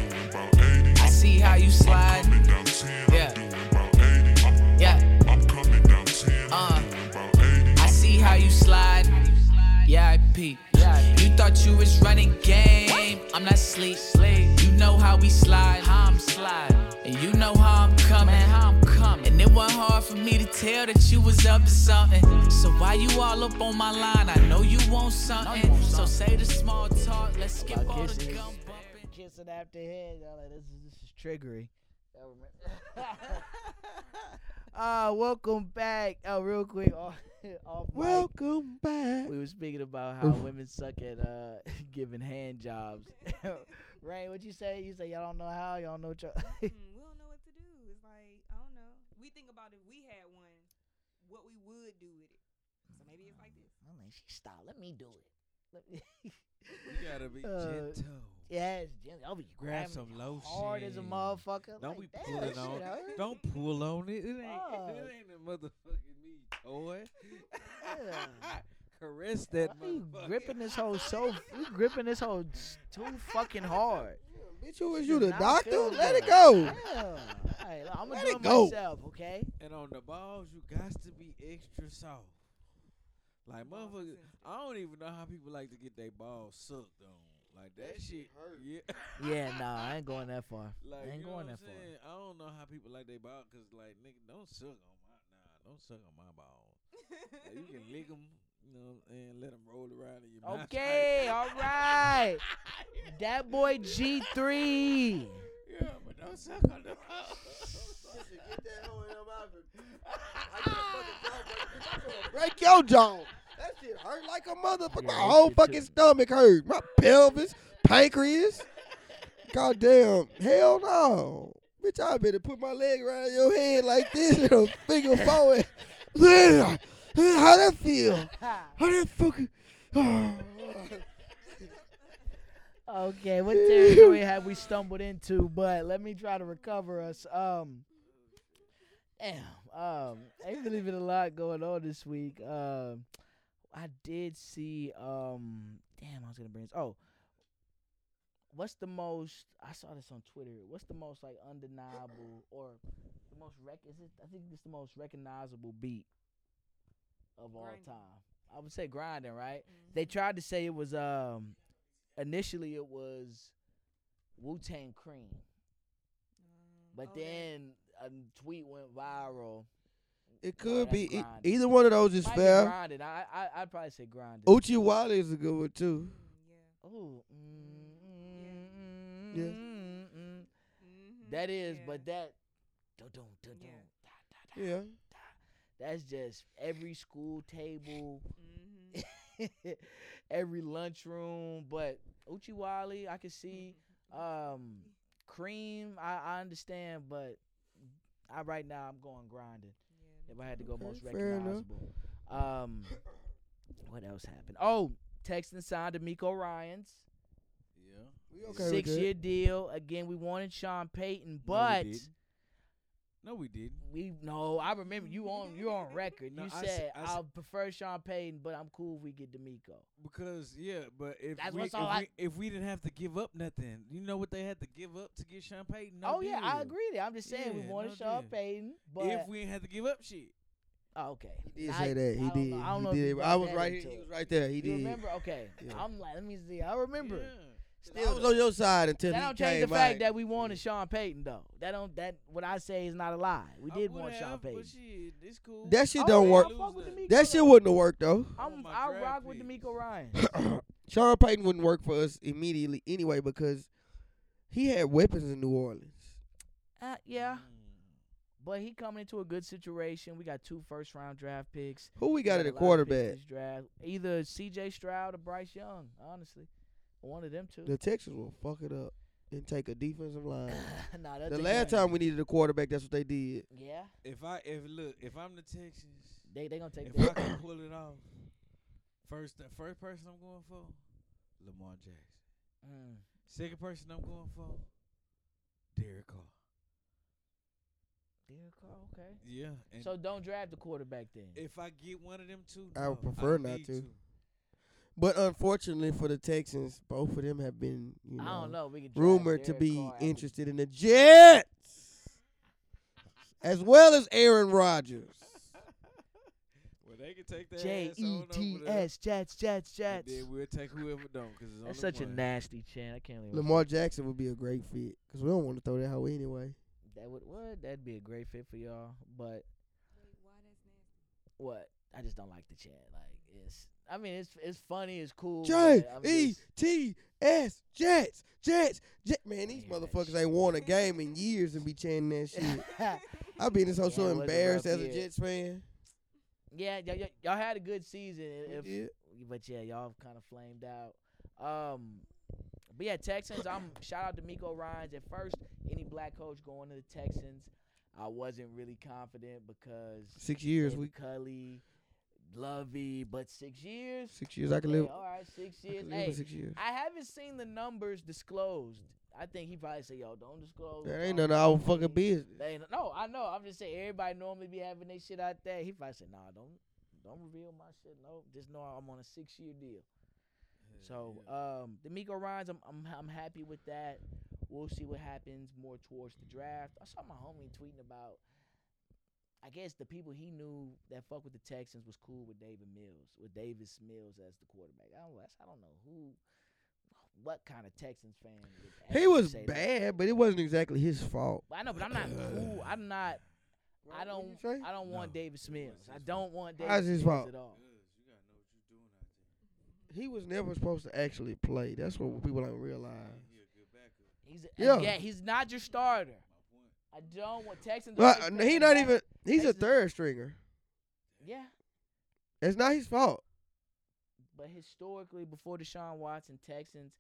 repeat. You thought you was running game. I'm not sleep. You know how we slide. How I'm slide. And you know how I'm coming. How I'm coming. And it wasn't hard for me to tell that you was up to something. So why you all up on my line? I know you want something. So say the small talk. Let's skip
About
all the
kisses.
gum bumping.
Kissing after head. Y'all like, this is, this is triggery. Y'all <laughs> remember- Ah, welcome back. Oh, real quick, <laughs> off, off mic,
Welcome back.
we were speaking about how
Oof.
women suck at uh, <laughs> giving hand jobs. <laughs>
<laughs>
Rain, what you say? You say y'all don't know how, y'all <laughs> know. Tr-
Mm, we don't know what to do. It's like I don't know. We think about if we had one, what we would do with it. So maybe it's like this.
<laughs>
<laughs>
I'm like, "She- stop. Let me do it. Let
<laughs>
me-
You gotta be
Uh,
gentle.
<laughs> yes, Jimmy. I'll be
Grab
grabbing
some
it
lotion.
hard as a motherfucker.
Don't
like,
be
"Damn,
pulling
shit
on-
out here."
Don't pull on it. It ain't,
Fuck.
it ain't a motherfucking me, toy.
Yeah.
Caress that
Why you
motherfucker.
gripping this whole so? You gripping this whole s- too fucking hard.
Bitch, who is
She
you,
does
the
not
doctor?
feel
<laughs>
Let it
good.
go.
Yeah. I'm gonna
Let
do
it
it
go.
myself, okay?
And on the balls, you got to be extra soft. Like
Balls are
motherfucker,
sensitive.
I don't even know how people like to get their balls sucked on. Like that, shit hurt. Yeah.
Yeah, nah, I ain't going that far.
Like
I ain't
you know
going
what I'm
that far.
saying? I don't know how people like they ball because like nigga, don't suck on my nah, don't suck on my balls.
Mm-hmm.
Like, you can lick 'em, you know, and let 'em roll around in your mouth.
<laughs>
like-
Okay, all <laughs> right. That boy G three.
<laughs> yeah, but don't suck on the
<laughs> <laughs>
Break your jaw. That shit hurt like a motherfucker.
Yeah,
My
that
whole
shit
fucking
too.
stomach hurt. My pelvis, pancreas. Goddamn. Hell no. Bitch, I better put my leg around your head like this and a
<laughs>
finger forward. Yeah. How that feel? How that fucking. <sighs>
Okay, what territory have we stumbled into? But let me try to recover us. Um, damn. Um, ain't really been a lot going on this week. Um, I did see. Um, damn, I was gonna bring this. Oh, what's the most? I saw this on Twitter. What's the most like undeniable or the most rec? Is it? I think it's the most recognizable beat of all
Grinding.
time. I would say grinding, right? They tried to say it was um initially it was Wu Tang Cream,
Um, oh,
but then a tweet went viral.
It
Oh,
could
that's
be. e-
grinding.
either one of those is
Might be
fair.
grinded. I I I'd probably say grinded.
Uchi Wale is a good one, too.
mm, yeah.
Ooh. Mm, mm,
Yeah.
mm, mm.
Mhm.
That is,
Yeah.
but that. dun-dun, dun-dun,
Yeah.
da, da, da,
Yeah.
da. That's just every school table. <laughs>
Mhm.
every lunchroom. But Uchi Wally, I can see. Um, Cream, I, I understand, but I right now I'm going grinding.
Yeah.
If I had to go
Okay,
most
fair enough.
recognizable. Um, what else happened? Oh, Texan signed D'Amico Ryan's
Yeah.
We okay with
six
that.
year deal. Again, we wanted Sean Payton,
No, we
but.
didn't. No, we didn't.
we no, I remember you on you on record.
No,
you
I s-
said
I
I
s-
will prefer Sean Payton, but I'm cool if we get D'Amico.
Because yeah, but if
That's
we
what's
if,
all I-
we if we didn't have to give up nothing, you know what they had to give up to get Sean Payton? No
oh yeah, I
deal.
agree. There. I'm just saying we
Yeah,
wanted
no
Sean
deal.
Payton, but
if we ain't had to give up shit,
Oh, okay.
He did
I-
say that. He
I don't
did.
know- I don't know if
he
you
did.
brought
I was
that
right here.
into
He
it.
was right there. He
You
did.
remember? Okay.
Yeah.
I'm like, let me see. I remember.
Yeah.
I was on your side until
That
he
don't
came
change the fact
out.
that we wanted Sean Payton though. That don't that what I say is not a lie. We
I
did
would
want Sean
have, but
Payton.
shit, it's cool. Mm.
That shit
Oh,
don't
yeah,
work.
I fuck with D'Amico,
That shit
though.
wouldn't have worked though.
I
I'm
want my
I
draft
rock with
picks.
D'Amico
<coughs>
Ryan.
Sean Payton wouldn't work for us immediately anyway because he had weapons in New Orleans.
uh, yeah, but he coming into a good situation. We got two first round draft picks.
Who we got
We
at
a lot
a
of picks
quarterback?
this draft either C.J. Stroud or Bryce Young. Honestly, one of them two.
The Texans will fuck it up and take a defensive line.
<coughs> nah, that
the
thing
last
right.
time we needed a quarterback, that's what they did.
Yeah,
If I if look if I'm the Texans,
they they gonna take
if I
that.
can pull it off, first the first person I'm going for, Lamar Jackson.
<coughs> Mm.
Second person I'm going for, Derek Carr.
Derek Carr, okay.
Yeah, and
So don't draft the quarterback then.
if I get one of them two,
I would
no,
prefer
I
not
need
to. But unfortunately for the Texans, both of them have been, you know,
I don't know. We could draft
rumored to
Derek
be
Carr after-
interested in the Jets, as well as Aaron Rodgers.
Well, They can take that.
J E T S Jets Jets Jets.
Then we'll take whoever don't, cause it's
That's
only
such a
one.
nasty chant. I can't even.
Lamar Jackson would be a great fit because we don't want to throw that hoe anyway.
That would what? That'd be a great fit for y'all. But
Wait, why that's nasty?
what? I just don't like the chant. Like it's. I mean, it's it's funny. It's cool.
J
but I'm <laughs>
E
just-
T S Jets Jets Jets. Man, these
hear that
motherfuckers
shit.
ain't
<laughs>
won a game in years and be chanting that shit. I been so
Yeah,
so
it was a
embarrassed
rough
as a
year.
Jets fan.
<laughs> yeah, y- y- y'all had a good season. and If,
Yeah.
But yeah, y'all have kind of flamed out. Um, but yeah, Texans.
<coughs>
I'm shout out to Miko Rhines. At first, any black coach going to the Texans, I wasn't really confident because
Six years,
David
we
Culley, Lovey, but six years.
six years. I can live.
all right, six
I
years.
can live
Hey,
with six years.
I haven't seen the numbers disclosed. I think he probably said, "Yo, don't disclose."
That ain't
don't
none of our
disclose."
fucking business.
They ain't- no, I know. I'm just saying everybody normally be having their shit out there. He probably said, "Nah, don't, don't reveal my shit. No, just know I'm on a six year deal." So, um, the Miko Rhines, I'm, I'm I'm happy with that. We'll see what happens more towards the draft. I saw my homie tweeting about, I guess the people he knew that fuck with the Texans was cool with David Mills, with Davis Mills as the quarterback. I don't, I don't know who, what kind of Texans fan. would
He
actually
was
say that.
bad, but it wasn't exactly his fault.
I know, but I'm not cool.
<clears throat>
I'm not. I
Right,
don't.
what'd you say?
I don't want
No,
David Smith.
his
I
fault.
don't want
How's
David
his
Smith
fault?
at all.
you gotta know what you doing out there.
He was never supposed to actually play. That's what people don't realize.
He a good backup.
He's a,
Yeah.
yeah. He's not your starter.
My point.
I don't want Texans.
Well, uh,
always
he
picking
not
back-
even. He's a
That's the-
third stringer.
Yeah,
It's not his fault.
but historically, before Deshaun Watson, Texans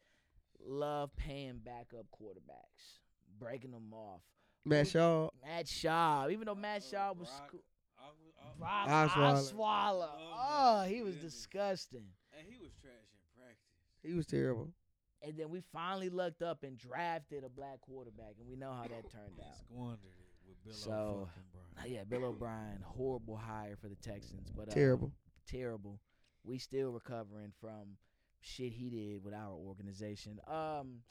love paying backup quarterbacks, breaking them off.
Matt Shaw.
Matt Schaub, even though Matt
Uh,
Schaub was
Brock-
sco-
I was- I was-
Brock
Osweiler.
Osweiler.
Oh,
Oh,
my
he was
goodness.
disgusting.
And he was trash in practice.
He was terrible.
And then we finally lucked up and drafted a black quarterback, and we know how that turned
He
out.
squandered it with Bill
So,
O'Fucking Brown.
Uh, Yeah, Bill O'Brien, horrible hire for the Texans, but uh,
Terrible.
terrible. We still recovering from shit he did with our organization. Um,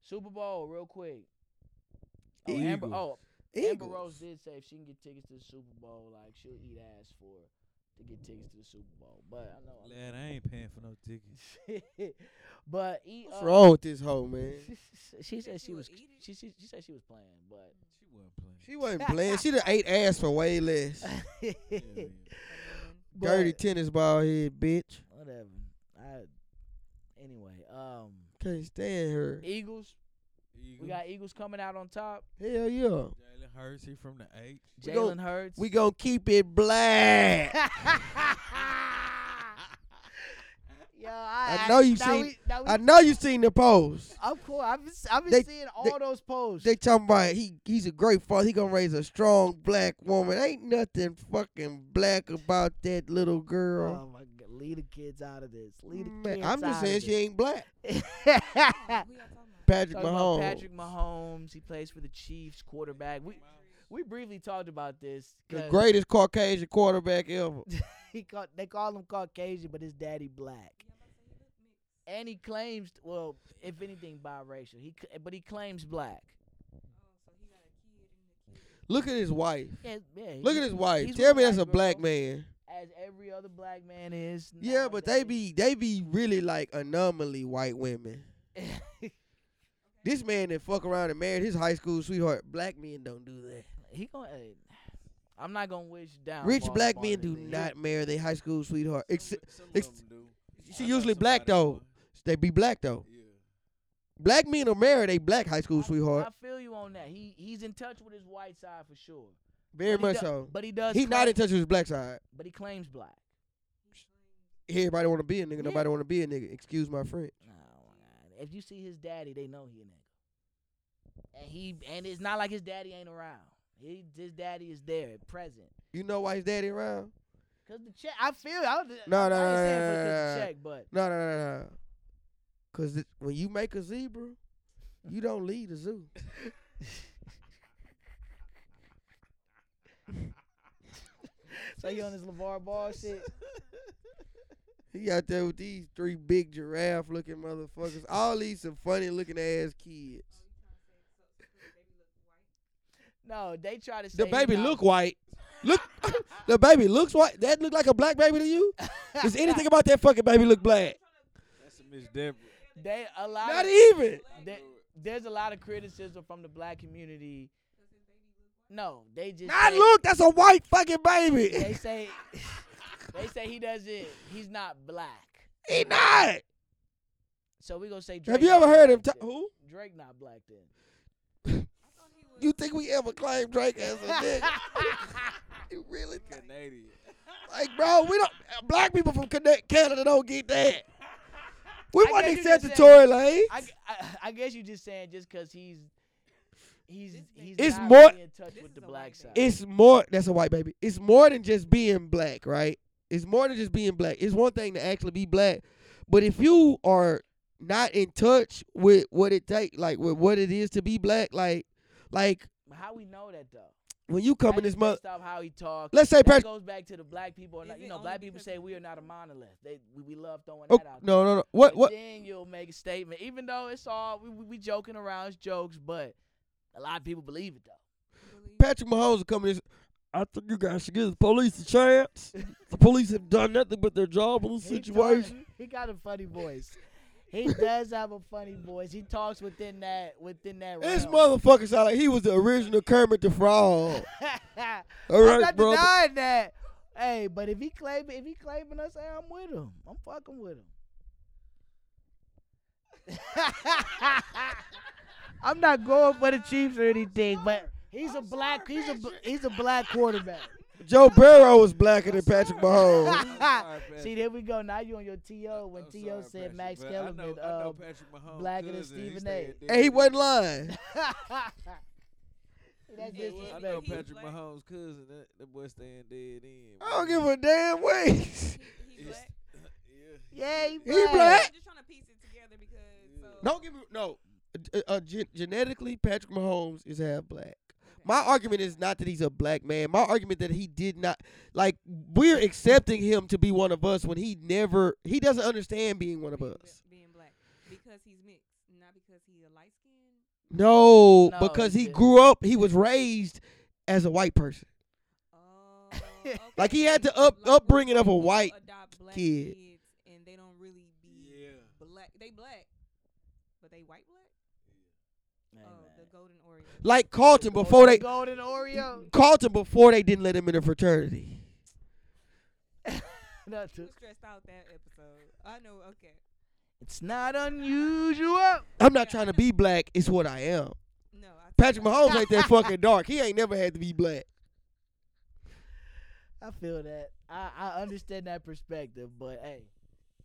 Super Bowl, real quick. Oh, Amber,
Eagles.
oh Amber
Eagles.
Rose did say if she can get tickets to the Super Bowl, like she'll eat ass for to get tickets to the Super Bowl. But I know, I'm-
Glad I ain't paying for no tickets.
<laughs> but e,
What's
uh,
wrong with this hoe, man?
<laughs> She said
Think
she
she would
was
eat it?
she, she she said she was playing, but
She wasn't playing.
She wasn't
<laughs>
playing. She done ate ass for way less. <laughs>
Yeah,
<laughs>
yeah.
But-
Dirty tennis ball head, bitch.
whatever. I anyway, um,
Can't stand her.
Eagles. We
Eagles,
got Eagles coming out on top.
Hell yeah.
Jalen Hurts, he from the eight.
We gon-
Jalen Hurts. <laughs>
We gonna keep it black.
Yo, I,
I know you
now
seen-
we- now we-
I know you seen the post.
Of course, I've been, I've been
They-
seeing all those posts.
They talking about he he's a great father. He gonna raise a strong black woman. Ain't nothing fucking black about that little girl.
oh my god, leave the kids out of this. Oh, Leave the
Man,
kids
I'm just saying she ain't black.
<laughs> ain't.
Who y'all talking about?
Patrick Mahomes.
Patrick Mahomes. He plays for the Chiefs, quarterback. We we briefly talked about this.
the
'cause
greatest Caucasian
<laughs>
quarterback ever.
He call, they call him Caucasian, but his daddy black.
Y'all about to say he look mixed.
and he claims well if anything biracial he c- but he claims black
Oh, so he got a kid and the kid.
Look at his wife.
yeah, yeah, he-
Look at his wife.
he's
Tell
with
me that's a
white
black
girls.
man.
as every other black man is
Yeah, but they
nowadays.
be they be really like anomaly white women.
<laughs>
This man that fuck around and married his high school sweetheart. Black men don't do that.
he gonna eh, i'm not gonna wish down
Rich black men do not marry their high school sweetheart. Except
some
ex-
of them do.
she
I know
usually black
somebody
though. They be black though.
who- Yeah.
Black men will marry they black high school
I,
sweetheart.
I feel you on that he he's in touch with his white side for sure But
Very
he
much
do-
so.
but he does
He not
claim-
in touch with his black side.
but he claims black
Everybody want to be a nigga.
Yeah.
Nobody want to be a nigga. Excuse my French.
oh my god if you see his daddy they know he a nigga and he and it's not like his daddy ain't around he, his daddy is there present
You know why his daddy around?
Cause the check, I feel. I was,
No,
I, I
no,
ain't
no, no,
saying for
no,
'cause
no,
the
no.
check, but
No, no, no, no, no. Cause it, when you make a zebra, you don't leave the zoo. <laughs>
so you on this Levar Ball
<laughs>
shit?
He out there with these three big giraffe looking motherfuckers. All these some funny looking ass kids.
No, they try to say
The
he
baby
not- <laughs>
look <laughs> white. Look, The baby looks white. That look like a black baby
<laughs>
to you? Does anything about that fucking baby look black?
That's a Miss Deborah.
They a lot.
Not
of-
even.
there- there's a lot of criticism from the black community. No, they just
Not
say-
look. That's a white fucking
They
baby.
say <laughs> they say he doesn't. He's not black.
<laughs> He not.
So we gonna say. Drake
Have you
not
ever heard
black
him? ta-
then.
who?
Drake not black
<laughs>
then.
You think we ever claimed Drake as a <laughs> nigga? you really think?
Canadian.
Like, bro, we don't. Black people from Cana- Canada don't get that. We
I
want to
guess you
accept the
just
Tory Lane.
I, I, I guess you just saying just because he's he's
This
he's
nigga-
It's
not
more-
really in touch
This
with
is
the
a
black
white
side.
It's more. That's a white baby. It's more than just being black, right? It's more than just being black. It's one thing to actually be black, but if you are not in touch with what it take, like with what it is to be black, like, like
how we know that though.
when you come in
That
this
is
month,
based off how he talks.
let's say
that
Patrick.
goes back to the black people. and
Is
Not, you
it
know,
only
black people
because
say
of
we
the
are not a monolith. They we, we love throwing
Oh,
that out.
no, no, no. What,
But
what?
Then you'll make a statement, even though it's all we, we, we joking around, it's jokes, but a lot of people believe it though.
Patrick Mahomes will come in. This, I think you guys should give the police a chance.
<laughs>
the police have done nothing but their job on the
He
situation.
talk- He got a funny voice. He does have a funny voice. He talks within that within that.
This
realm. <laughs>
motherfucker sound like he was the original Kermit the Frog. All
I'm
right,
not
brother.
denying that. Hey, but if he claim if he claiming us, hey, I'm with him. <laughs> I'm fucking with him. I'm not going for the Chiefs or anything, but he's a black he's a bl- he's a black quarterback.
Joe Burrow was
<laughs>
blacker than Patrick Mahomes.
sorry, Patrick.
See, there we go. Now you on your TO when
I'm
TO
sorry,
said
Patrick,
Max
but I know-
Kellerman.
I know
Uh,
Patrick Mahomes'
blacker than
cousin, he
Stephen
stayed
A.
there.
and he wasn't lying.
See, that's
I
Yeah,
know
He
disrespectful.
Patrick
black.
Mahomes' cousin. That, that boy staying dead in.
I don't give a damn
<laughs>
way.
He's black.
<laughs>
Yeah, he
He
black.
black.
I'm just trying to piece it together because
Yeah.
so
Don't give me no. Uh, uh, gen- genetically, Patrick Mahomes is half black. My argument is not that he's a black man. My argument that he did not like we're accepting him to be one of us when he never he doesn't understand being one of
being,
us.
bla- being black because he's mixed, not because he's a light skin.
No,
No,
because
he
he
didn't.
grew up, he was raised as a white person. <laughs>
Oh,
Like, he
okay.
had to up-
Like, when
upbringing of a
people
white
adopt black
kid.
kids and they don't really be
Yeah.
black. They black, but they white black.
Hey,
oh, the
man.
golden Oreo.
Like Carlton before they
golden
<laughs>
Oreo.
Carlton before they didn't let him in a fraternity.
Not
Too
too-
stressed out that episode. I know. Okay.
It's not unusual.
I'm not trying to be black, it's what I am.
No. I
Patrick Mahomes ain't that fucking dark. He ain't never had to be black.
I feel that. I, I understand that perspective, but hey.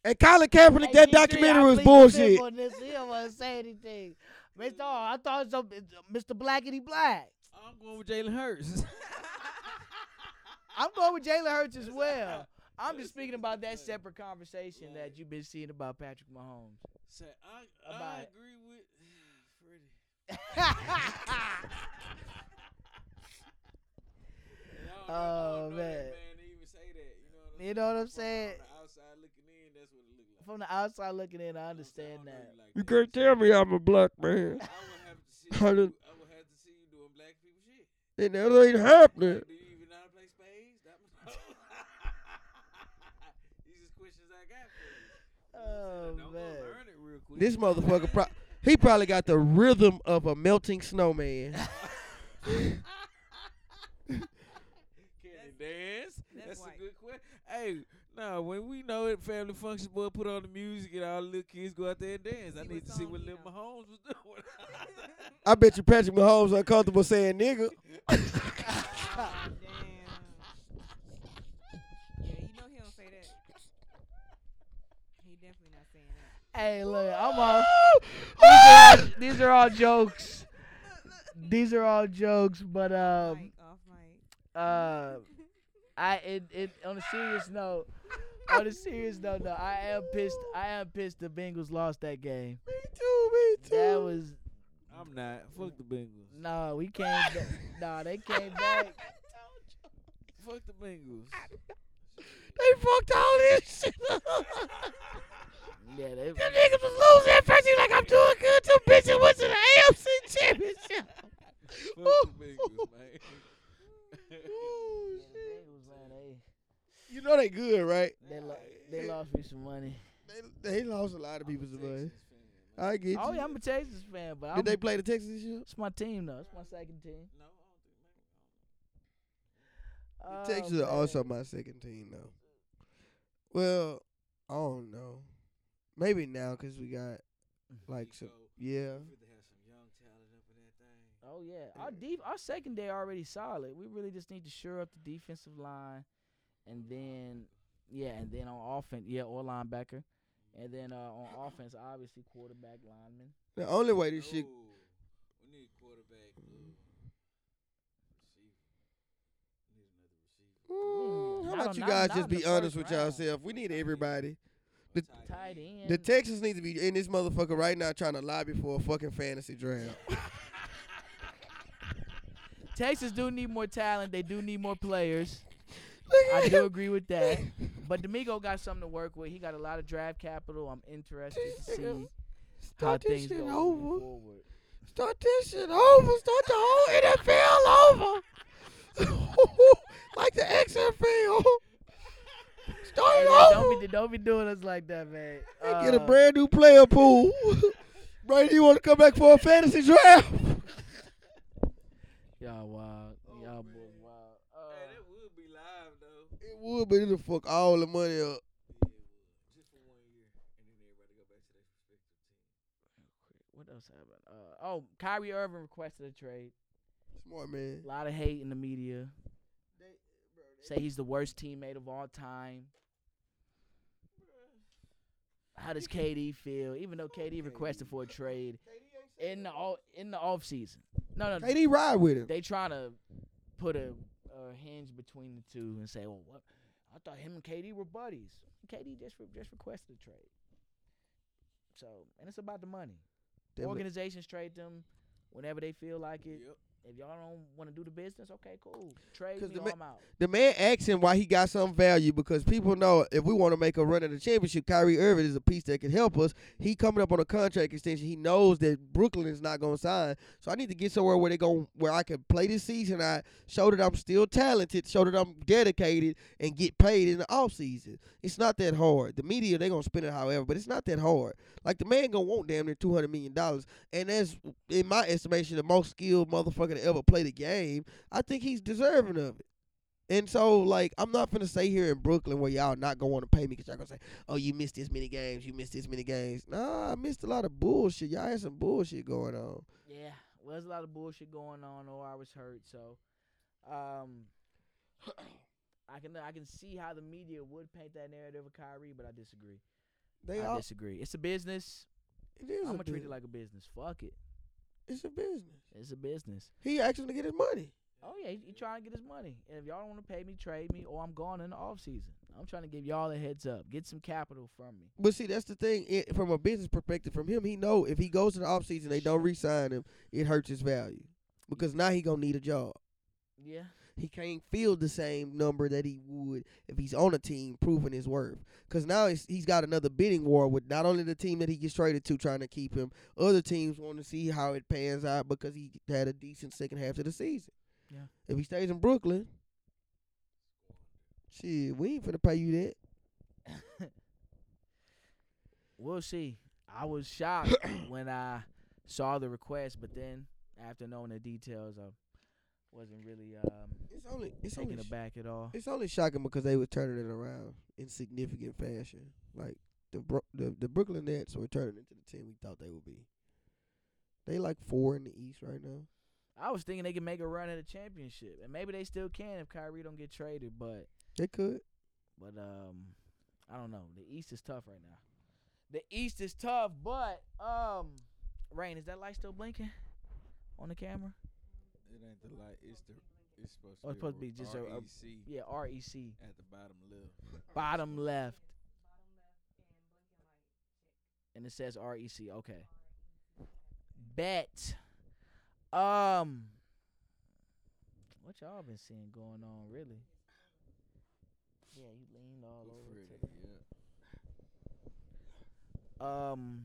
And Colin Kaepernick,
Hey,
that
G3, I
documentary was
plead the fifth
bullshit.
on this. He don't want to say anything. Mr. Oh, I thought it was a- Mr. Blackity Black.
I'm going with Jalen Hurts. <laughs>
I'm going with Jalen Hurts as well. I'm just speaking about that separate conversation that you've been seeing about Patrick Mahomes. <laughs>
Say, I,
About
I
it.
agree with <sighs> Freddie. Y'all
Oh,
don't- I don't know that,
man.
man. They even say that. You know what I'm
You know what I'm
From-
saying?
From the outside looking in, that's what it look like.
From the outside looking in, I
You know what I'm saying?
understand
I don't
that.
know like
You can't tell me I'm a black man.
I would have
<laughs>
to see
I
you,
don't-
I would have to see you doing black people shit.
And that ain't happening.
Like, do you even know how to play spades? That
<laughs>
was <laughs> These is questions I got for you. You
Oh,
know what I'm saying? Don't go
man.
learn it real quick.
This motherfucker, pro- he probably got the rhythm of a melting snowman.
<laughs> Can they dance?
that's
That's, a
white.
good question. Hey, no, when we know it, family function boy put on the music and all the little kids go out there and dance. I
See
need
what
to see
song
what
he
Lil
know.
Mahomes was doing.
<laughs>
<laughs>
I bet you Patrick Mahomes uncomfortable saying nigga.
Damn. Yeah, you know he don't say that. He definitely not saying that.
Hey, look, I'm all. These are all, these are all jokes.
<laughs>
These are all jokes, but um,
mic off mic.
uh, I it, it on a serious note. On a serious note, no, I am pissed. I am pissed. The Bengals lost that game.
Me too, me too.
That was
I'm not. Fuck the Bengals.
no. we came. back. nah, they came back.
Fuck the Bengals.
they fucked all this shit up.
Yeah, they.
Them niggas was losing at first. He like, I'm doing good too, bitch. It went to the AFC Championship.
<laughs>
Fuck the Bengals, man. <laughs>
Yeah, the Bengals, man,
they good, right?
They, lo- they lost me some money.
They, they lost a lot of people's money. I get you.
Oh yeah, I'm a Texas fan, but I'm,
Did they play the Texas this year?
it's my team though. It's my second team. Oh,
Texas
man.
are also my second team though. Well, I don't know. Maybe now because we got like some. Yeah,
Oh yeah, our def- our secondary already solid. We really just need to shore up the defensive line, and then yeah, and then on offense, yeah, or linebacker, and then uh, on offense, obviously quarterback, lineman.
the only way this shit.
We need quarterback. uh, receiver. We
Mm,
need another receiver.
Not
how about
on-
you
not-
guys
not
just
in the
be honest
first
with
round.
yourself? We need everybody. The-
Or
Tight
end.
end.
The Texans need to be in this motherfucker right now trying to lobby for a fucking fantasy
<laughs>
draft.
Texas do need more talent. They do need more players. I do agree with that. But Domingo got something to work with. He got a lot of draft capital. I'm interested to see how
Start this
things
shit
go
over.
moving forward.
Start this shit over. Start the <laughs> whole NFL over. <laughs> like the XFL. Start
Hey,
it
man,
over.
don't be don't be doing us like that, man.
They get a
Uh,
brand new player pool. <laughs> Brady, you want to come back for a fantasy draft?
Y'all wild. Y'all boys wild. Uh,
Hey, that would be live though.
It would, but it'll fuck all the money up.
Yeah, it would. Just for one year, and then everybody go back to their respective team.
what else happened? Uh, oh, Kyrie Irving requested a trade.
Smart man.
A lot of hate in the media. Say he's the worst teammate of all time. How does KD feel? Even though KD requested for a trade in the all in the off season. No, no,
KD ride with him.
they trying to put a, a hinge between the two and say, "Well, what? I thought him and KD were buddies. KD just re- just requested a trade." So, and it's about the money.
They were-
Organizations trade them whenever they feel like it.
Yep.
If y'all don't want to do the business, okay, cool. Trade
'Cause
me,
the ma-
I'm out.
The man asked him why he got some value because people know if we want to make a run at the championship, Kyrie Irving is a piece that can help us. He coming up on a contract extension. He knows that Brooklyn is not going to sign, so I need to get somewhere where they go where I can play this season. I show that I'm still talented, show that I'm dedicated, and get paid in the off season. It's not that hard. The media they gonna spend it however, but it's not that hard. Like the man gonna want damn near two hundred million dollars, and that's in my estimation the most skilled motherfucker to ever play the game. I think he's deserving of it. And so, like, I'm not finna stay here in Brooklyn where y'all not gonna want to pay me because y'all gonna say, "Oh, you missed this many games. You missed this many games." Nah, I missed a lot of bullshit. Y'all had some bullshit going on.
Yeah, well, there's a lot of bullshit going on, or I was hurt. So, um, I can I can see how the media would paint that narrative of Kyrie, but I disagree.
They
I
all.
disagree. It's a business.
It is
I'm
a
gonna treat it
business.
like a business. Fuck it.
it's a business.
It's a business.
He asking to get his money.
Oh yeah, he, he trying to get his money. And if y'all don't want to pay me, trade me, or I'm gone in the off season. I'm trying to give y'all a heads up. Get some capital from me.
But see, that's the thing. It, from a business perspective, from him, he know if he goes to the offseason, they don't re-sign him, it hurts his value because now he gonna need a job.
Yeah.
He can't feel the same number that he would if he's on a team proving his worth. Because now he's, he's got another bidding war with not only the team that he gets traded to trying to keep him, other teams want to see how it pans out because he had a decent second half of the season.
Yeah.
If he stays in Brooklyn, shit, we ain't finna pay you that.
We'll see. I was shocked when I saw the request, but then after knowing the details, I wasn't really um,
It's only it's only
taken
sh-
aback at all.
it's only shocking because they were turning it around in significant fashion. Like the Bro- the the Brooklyn Nets were turning into the team we thought they would be. They like four in the East right now.
I was thinking they could make a run at a championship, and maybe they still can if Kyrie don't get traded. But
They could.
But um, I don't know. The East is tough right now. The East is tough, but um, Rain, is that light still blinking on the camera?
It ain't the light. It's the. It's supposed to
Oh,
be.
it's supposed to be
a
just a- a-
REC
Yeah, E REC,
at the bottom left.
bottom left. And it says REC. Okay. Bet. Um. What y'all been seeing going on, really? Yeah, you leaned all
Look
over.
for
to
it,
the-
yeah.
Um,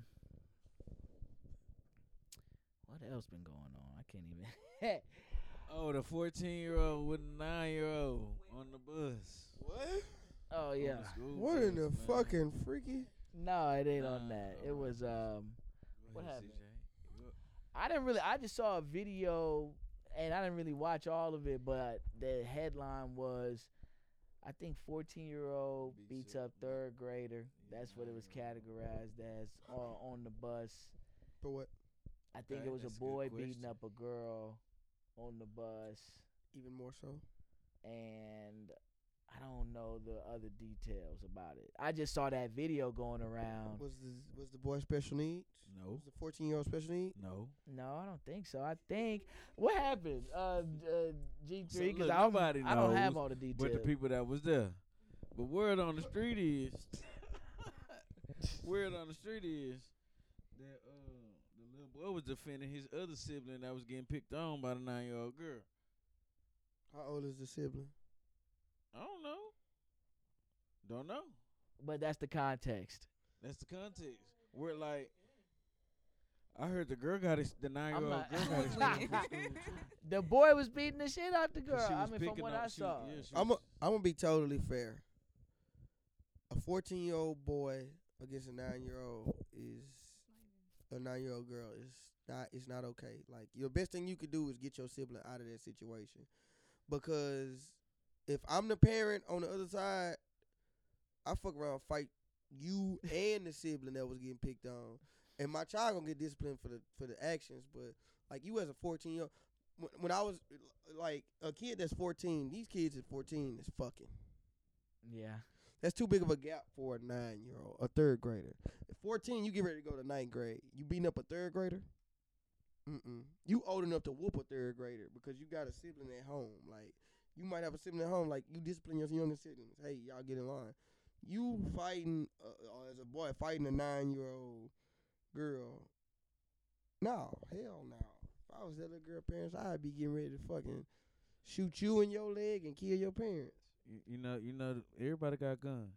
what else been going on? I can't even. <laughs>
Oh, the 14 year old with a 9 year old on the bus. What?
Oh yeah.
What in the fucking freaky?
No, it ain't on
Nah,
that.
nah,
It
nah.
was um What happened? I didn't really I just saw a video and I didn't really watch all of it, but the headline was I think 14 year old
Beats
beats
up
up third grader.
Yeah,
That's what it was
nine-year-old.
categorized as uh, on the bus.
For what?
I think
Okay,
it was a
that's a good
boy beating
question.
up a girl on the bus.
Even more so.
and I don't know the other details about it. I just saw that video going around.
Was the was the boy special needs?
No,
Was the fourteen year old special need?
no.
No, I don't think so. I think what happened, uh, d- uh, G
So
three, because
look,
I, don't-
nobody
I don't have
knows,
all the details.
But the people that was there. But word on the street is,
<laughs>
word on the street is that uh, the little boy was defending his other sibling that was getting picked on by the nine year old girl.
How old is the sibling?
I don't know. Don't know.
but that's the context.
That's the context. We're like, I heard the girl got ex- the nine
I'm
year
not-
old girl
<laughs>
got
<laughs>
expelled from school. 'cause
The boy was beating the shit out the
she
girl. I
was
mean, from
picking
what
on-
I
she was-
saw,
yeah, she
I'm a,
was-
I'm gonna be totally fair. A 14 year old boy against a nine year old is a nine year old girl is not it's not okay. Like your best thing you could do is get your sibling out of that situation, because if I'm the parent on the other side, I fuck around fight you and the sibling that was getting picked on, and my child gonna get disciplined for the for the actions. But like you as a 14 year old when, when I was like a kid that's 14, these kids at 14 is fucking.
yeah,
That's too big of a gap for a nine year old, a third grader. At 14, you get ready to go to ninth grade. You beating up a third grader? Mm-mm. You old enough to whoop a third grader because you got a sibling at home. Like, you might have a sibling at home. Like, you discipline your younger siblings. Hey, y'all get in line. You fighting, uh, uh, as a boy, fighting a nine year old girl. No, hell no. If I was that little girl parents, I'd be getting ready to fucking shoot you in your leg and kill your parents.
you, you know, you know, everybody got guns.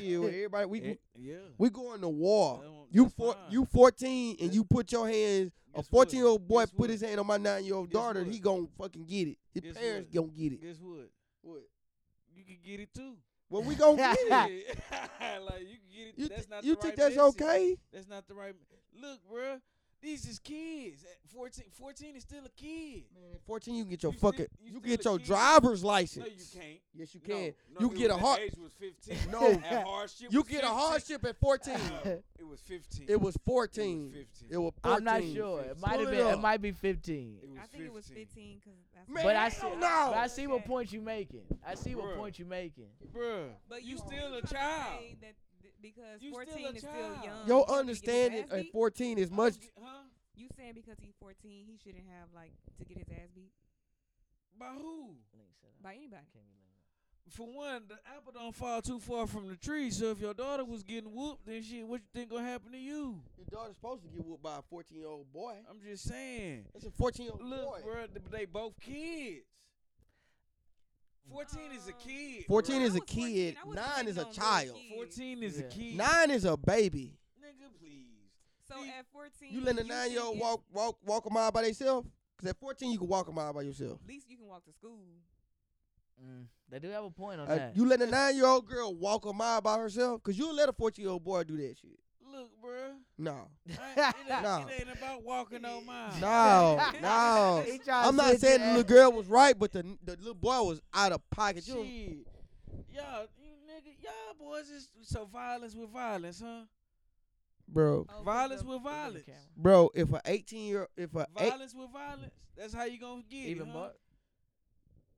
Yeah, well, everybody, we, we
Eh, yeah.
we going to war.
That won't-
You
that's
four,
fine.
you fourteen, and
That's-
you put your hands. A
Guess
fourteen year old
what?
boy
Guess
put his hand on my nine year old
Guess
daughter.
what?
He gonna fucking get it. His
Guess
parents
what?
gonna get it.
Guess what?
What?
You can get
<laughs>
it too. <laughs>
Well, we gonna get
Yeah,
it.
like you can get it.
You,
that's
thi-
not.
you
the
think
right
that's
message.
okay?
That's not the right. Look, bruh, these is kids. At 14, 14 is still a kid.
Man, at fourteen, you can get your
You still-
fucking,
you
you,
still
get
a
your
kid.
driver's license.
No, you can't.
Yes, you can.
No, no,
you
it
get a
was- the
hard,
Age was fifteen.
No.
<laughs> That hardship
you
was
get a
15.
hardship at fourteen. <laughs>
No, <laughs> it was fifteen.
it was fourteen.
It was 15.
It was. 14.
I'm not sure. It might have
Pull it
been. It
up.
might be 15.
It was
<laughs> I think it was
15.
15 because that's
Man,
But I
hell
see.
no.
But I see what
Okay.
point you're making. I see what
Bruh.
point you're making.
Bruh,
But
you
you
still a
trying to
child.
say That th- because
You still a
14 is
child.
still young.
Your
you don't need to get his
understanding
ass
at
beat?
fourteen is much.
Huh?
You saying because he's 14, he shouldn't have like to get his ass beat
By who?
by anybody.
For one, the apple don't fall too far from the tree. So if your daughter was getting whooped, then shit, what you think gonna happen to you?
Your daughter's supposed to get whooped by a fourteen year old boy.
I'm just saying.
That's a fourteen year old boy.
Look, bro, they both kids. Fourteen is a
Um,
kid.
14
When
is
I
a
was 14,
kid,
I wasn't
9 is
hating
a
on little
child.
kids.
Fourteen is
Yeah.
a kid.
Nine is a baby.
nigga, please.
So
See,
at 14,
You letting a
think
nine year old
it's-
walk walk walk a mile by themselves? Cause at fourteen you can walk a mile by yourself.
At least you can walk to school.
Mm, they do have a point on
Uh,
<laughs> that.
you let a nine year old girl walk a mile by herself? Cause you'll let a fourteen year old boy do that shit.
Look, bro.
No, <laughs>
It, ain't-
No.
it ain't about
<laughs>
walking on mine.
no, no.
<laughs> He tryna
I'm not
sit
saying the
your
little
ass-
girl was right, but the the little boy was out of pocket.
Shit.
You don't-
Y'all, you nigga, y'all boys is so violence with violence, huh?
bro,
Oh, 'cause
Violence
the-
with violence.
camera.
bro. If a eighteen year if a eight,
Violence with violence. That's how you gonna get
Even
it, huh?
more.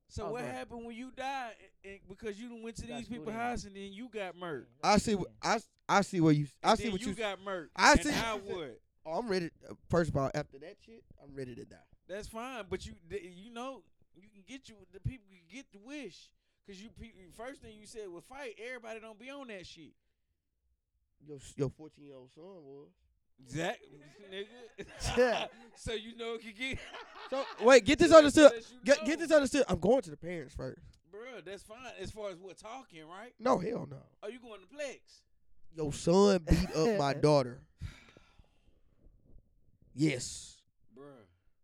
So
Oh,
what
go ahead.
happened when you died and, and because you done went to
Got
these people's
booted.
house and then you got murked?
I see what I I see what you I
And
see
then
what you.
got murked.
I
and
see-
I would.
oh, I'm ready. First of all, after that shit, I'm ready to die.
That's fine, but you th- you know you can get you the people can get the wish because you pe- first thing you said was fight. Everybody don't be on that shit.
Your your 14 year old son was.
<laughs> That nigga. <laughs> so you know it could get.
So wait, get this
So that <laughs>
understood.
lets you
Get, get
know.
this understood. I'm going to the parents first.
Bruh, that's fine as far as we're talking, right?
No, hell no.
Are you going to Plex?
Your son beat up my daughter. Yes,
Bruh,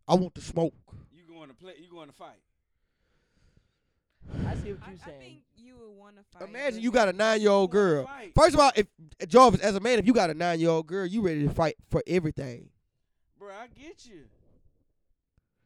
I want the smoke.
you going to play? You going to fight?
I see what
I,
you're
I
saying.
think you would want to fight.
Imagine
but
you got a nine year old Oh, girl.
Fight.
First of all, if Jarvis, as a man, if you got a nine year old girl, you ready to fight for everything.
Bro, I get you.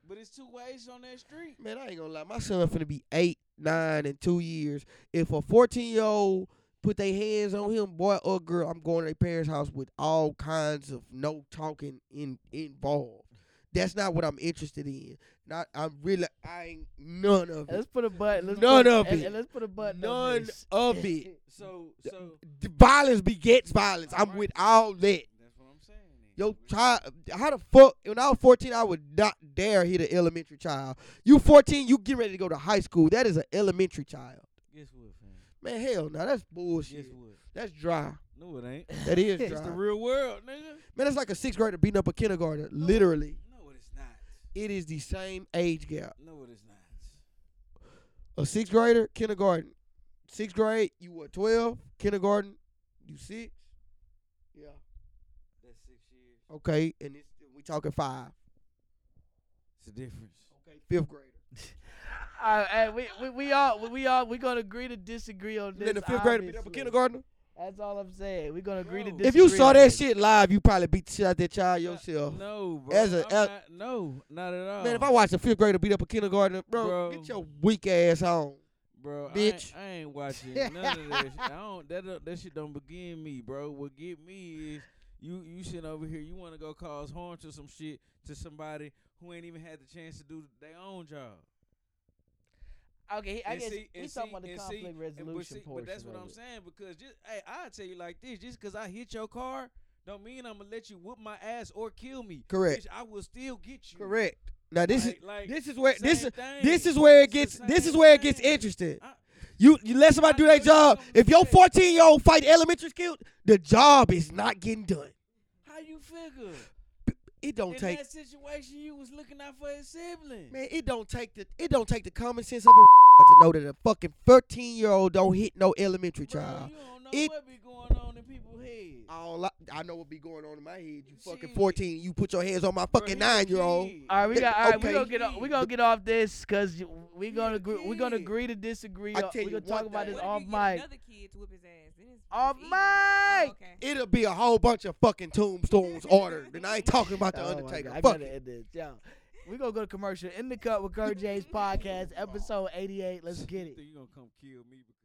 But it's two ways on that street.
Man, I ain't gonna lie. My son finna be eight, nine, and two years. If a fourteen year old put their hands on him, boy or girl, I'm going to their parents' house with all kinds of no talking in involved. That's not what I'm interested in. Not I'm really I ain't none of it.
Let's put a button. Let's
None
put,
of
and-
it.
and let's put a button. on
None
this. <laughs>
of it.
So,
Th-
so
The violence begets violence. I'm with all that.
that's what I'm saying. then.
Yo,
We-
child, how the fuck? When I was 14, I would not dare hit an elementary child. You 14, you get ready to go to high school. That is an elementary child.
Guess what, fam?
Man, hell no, that's
Guess
bullshit.
what?
That's dry.
No, it ain't.
That is
It's the
dry.
real world, nigga.
Man, it's like a sixth grader beating up a kindergarten. Literally,
No, it is not.
it is the same age gap.
No, it is not.
A sixth grader, kindergarten. Sixth grade, you were 12. Kindergarten, you six. Yeah.
That's six years.
Okay, and it's, we talking five.
It's a difference.
Okay, fifth grader.
All right, hey, we, we we all we- we all we gonna agree to disagree on
You
this.
Let the fifth grader beat up a
obviously.
kindergarten.
That's all I'm saying. We gonna agree to
Bro.
disagree.
If you saw
on
that
this.
shit live, you probably beat the shit out that child yourself.
No, bro.
Oh. As a-
I'm
as-
not- no, not at all.
Man, if I watched a fifth grader beat up a kindergarten, bro,
Bro.
get your weak ass on.
bro,
bitch.
I ain't, I
<laughs>
ain't watching none of that. Shit. I don't. That don't- that shit don't begin me, bro. What get me is you you sitting over here. You want to go cause harm to some shit to somebody who ain't even had the chance to do their own job.
Okay, he- I
And
guess
see-
we
and
talking
see-
about the
and see-
conflict
and
resolution
but, see,
portion.
but that's what
of
I'm
it.
saying because just hey, I tell you like this: just because I hit your car, don't mean I'm gonna let you whoop my ass or kill me.
Correct.
Bitch, I will still get you.
Correct. Now this
Like-
is
like,
this is where this
same
is
thing.
this is where it
It's the
gets this
same
is where it gets
thing.
interesting.
I-
You, you let somebody
I
do
know
their
you
job.
don't
If your
respect-
14 year old fight elementary skill, the job is not getting done.
How you figure?
It don't
In
take
that situation, you was looking out for his sibling.
man. It don't take the it don't take the common sense of a <laughs> to know that a fucking 13 year old don't hit no elementary
Bro,
child.
you don't know
It-
what be going on in people's heads.
All I, I know what be going on in my head. You fucking
Shit.
14. You put your hands on my
Bro,
fucking
he a
nine year old.
kid.
All right, we
Yeah,
got. All right, we
okay.
gonna get. Off, we gonna get off this because we gonna agree. We gonna
kid.
agree to disagree.
I
on-
tell
we gonna
you
talk
one
about
thing.
this
what
off
if you get
mic.
Another kid to whip his ass. Then it's,
Off
it's even.
mic.
Oh, okay.
It'll be a whole bunch of
<laughs>
fucking tombstones ordered, and I ain't talking about the
Oh my
Undertaker.
God, I
Fuck
gotta
it.
end this. Yo, we gonna go
<laughs>
to commercial in the cut with Kurt James podcast episode eighty eight. Let's get it.
Think you gonna come kill me because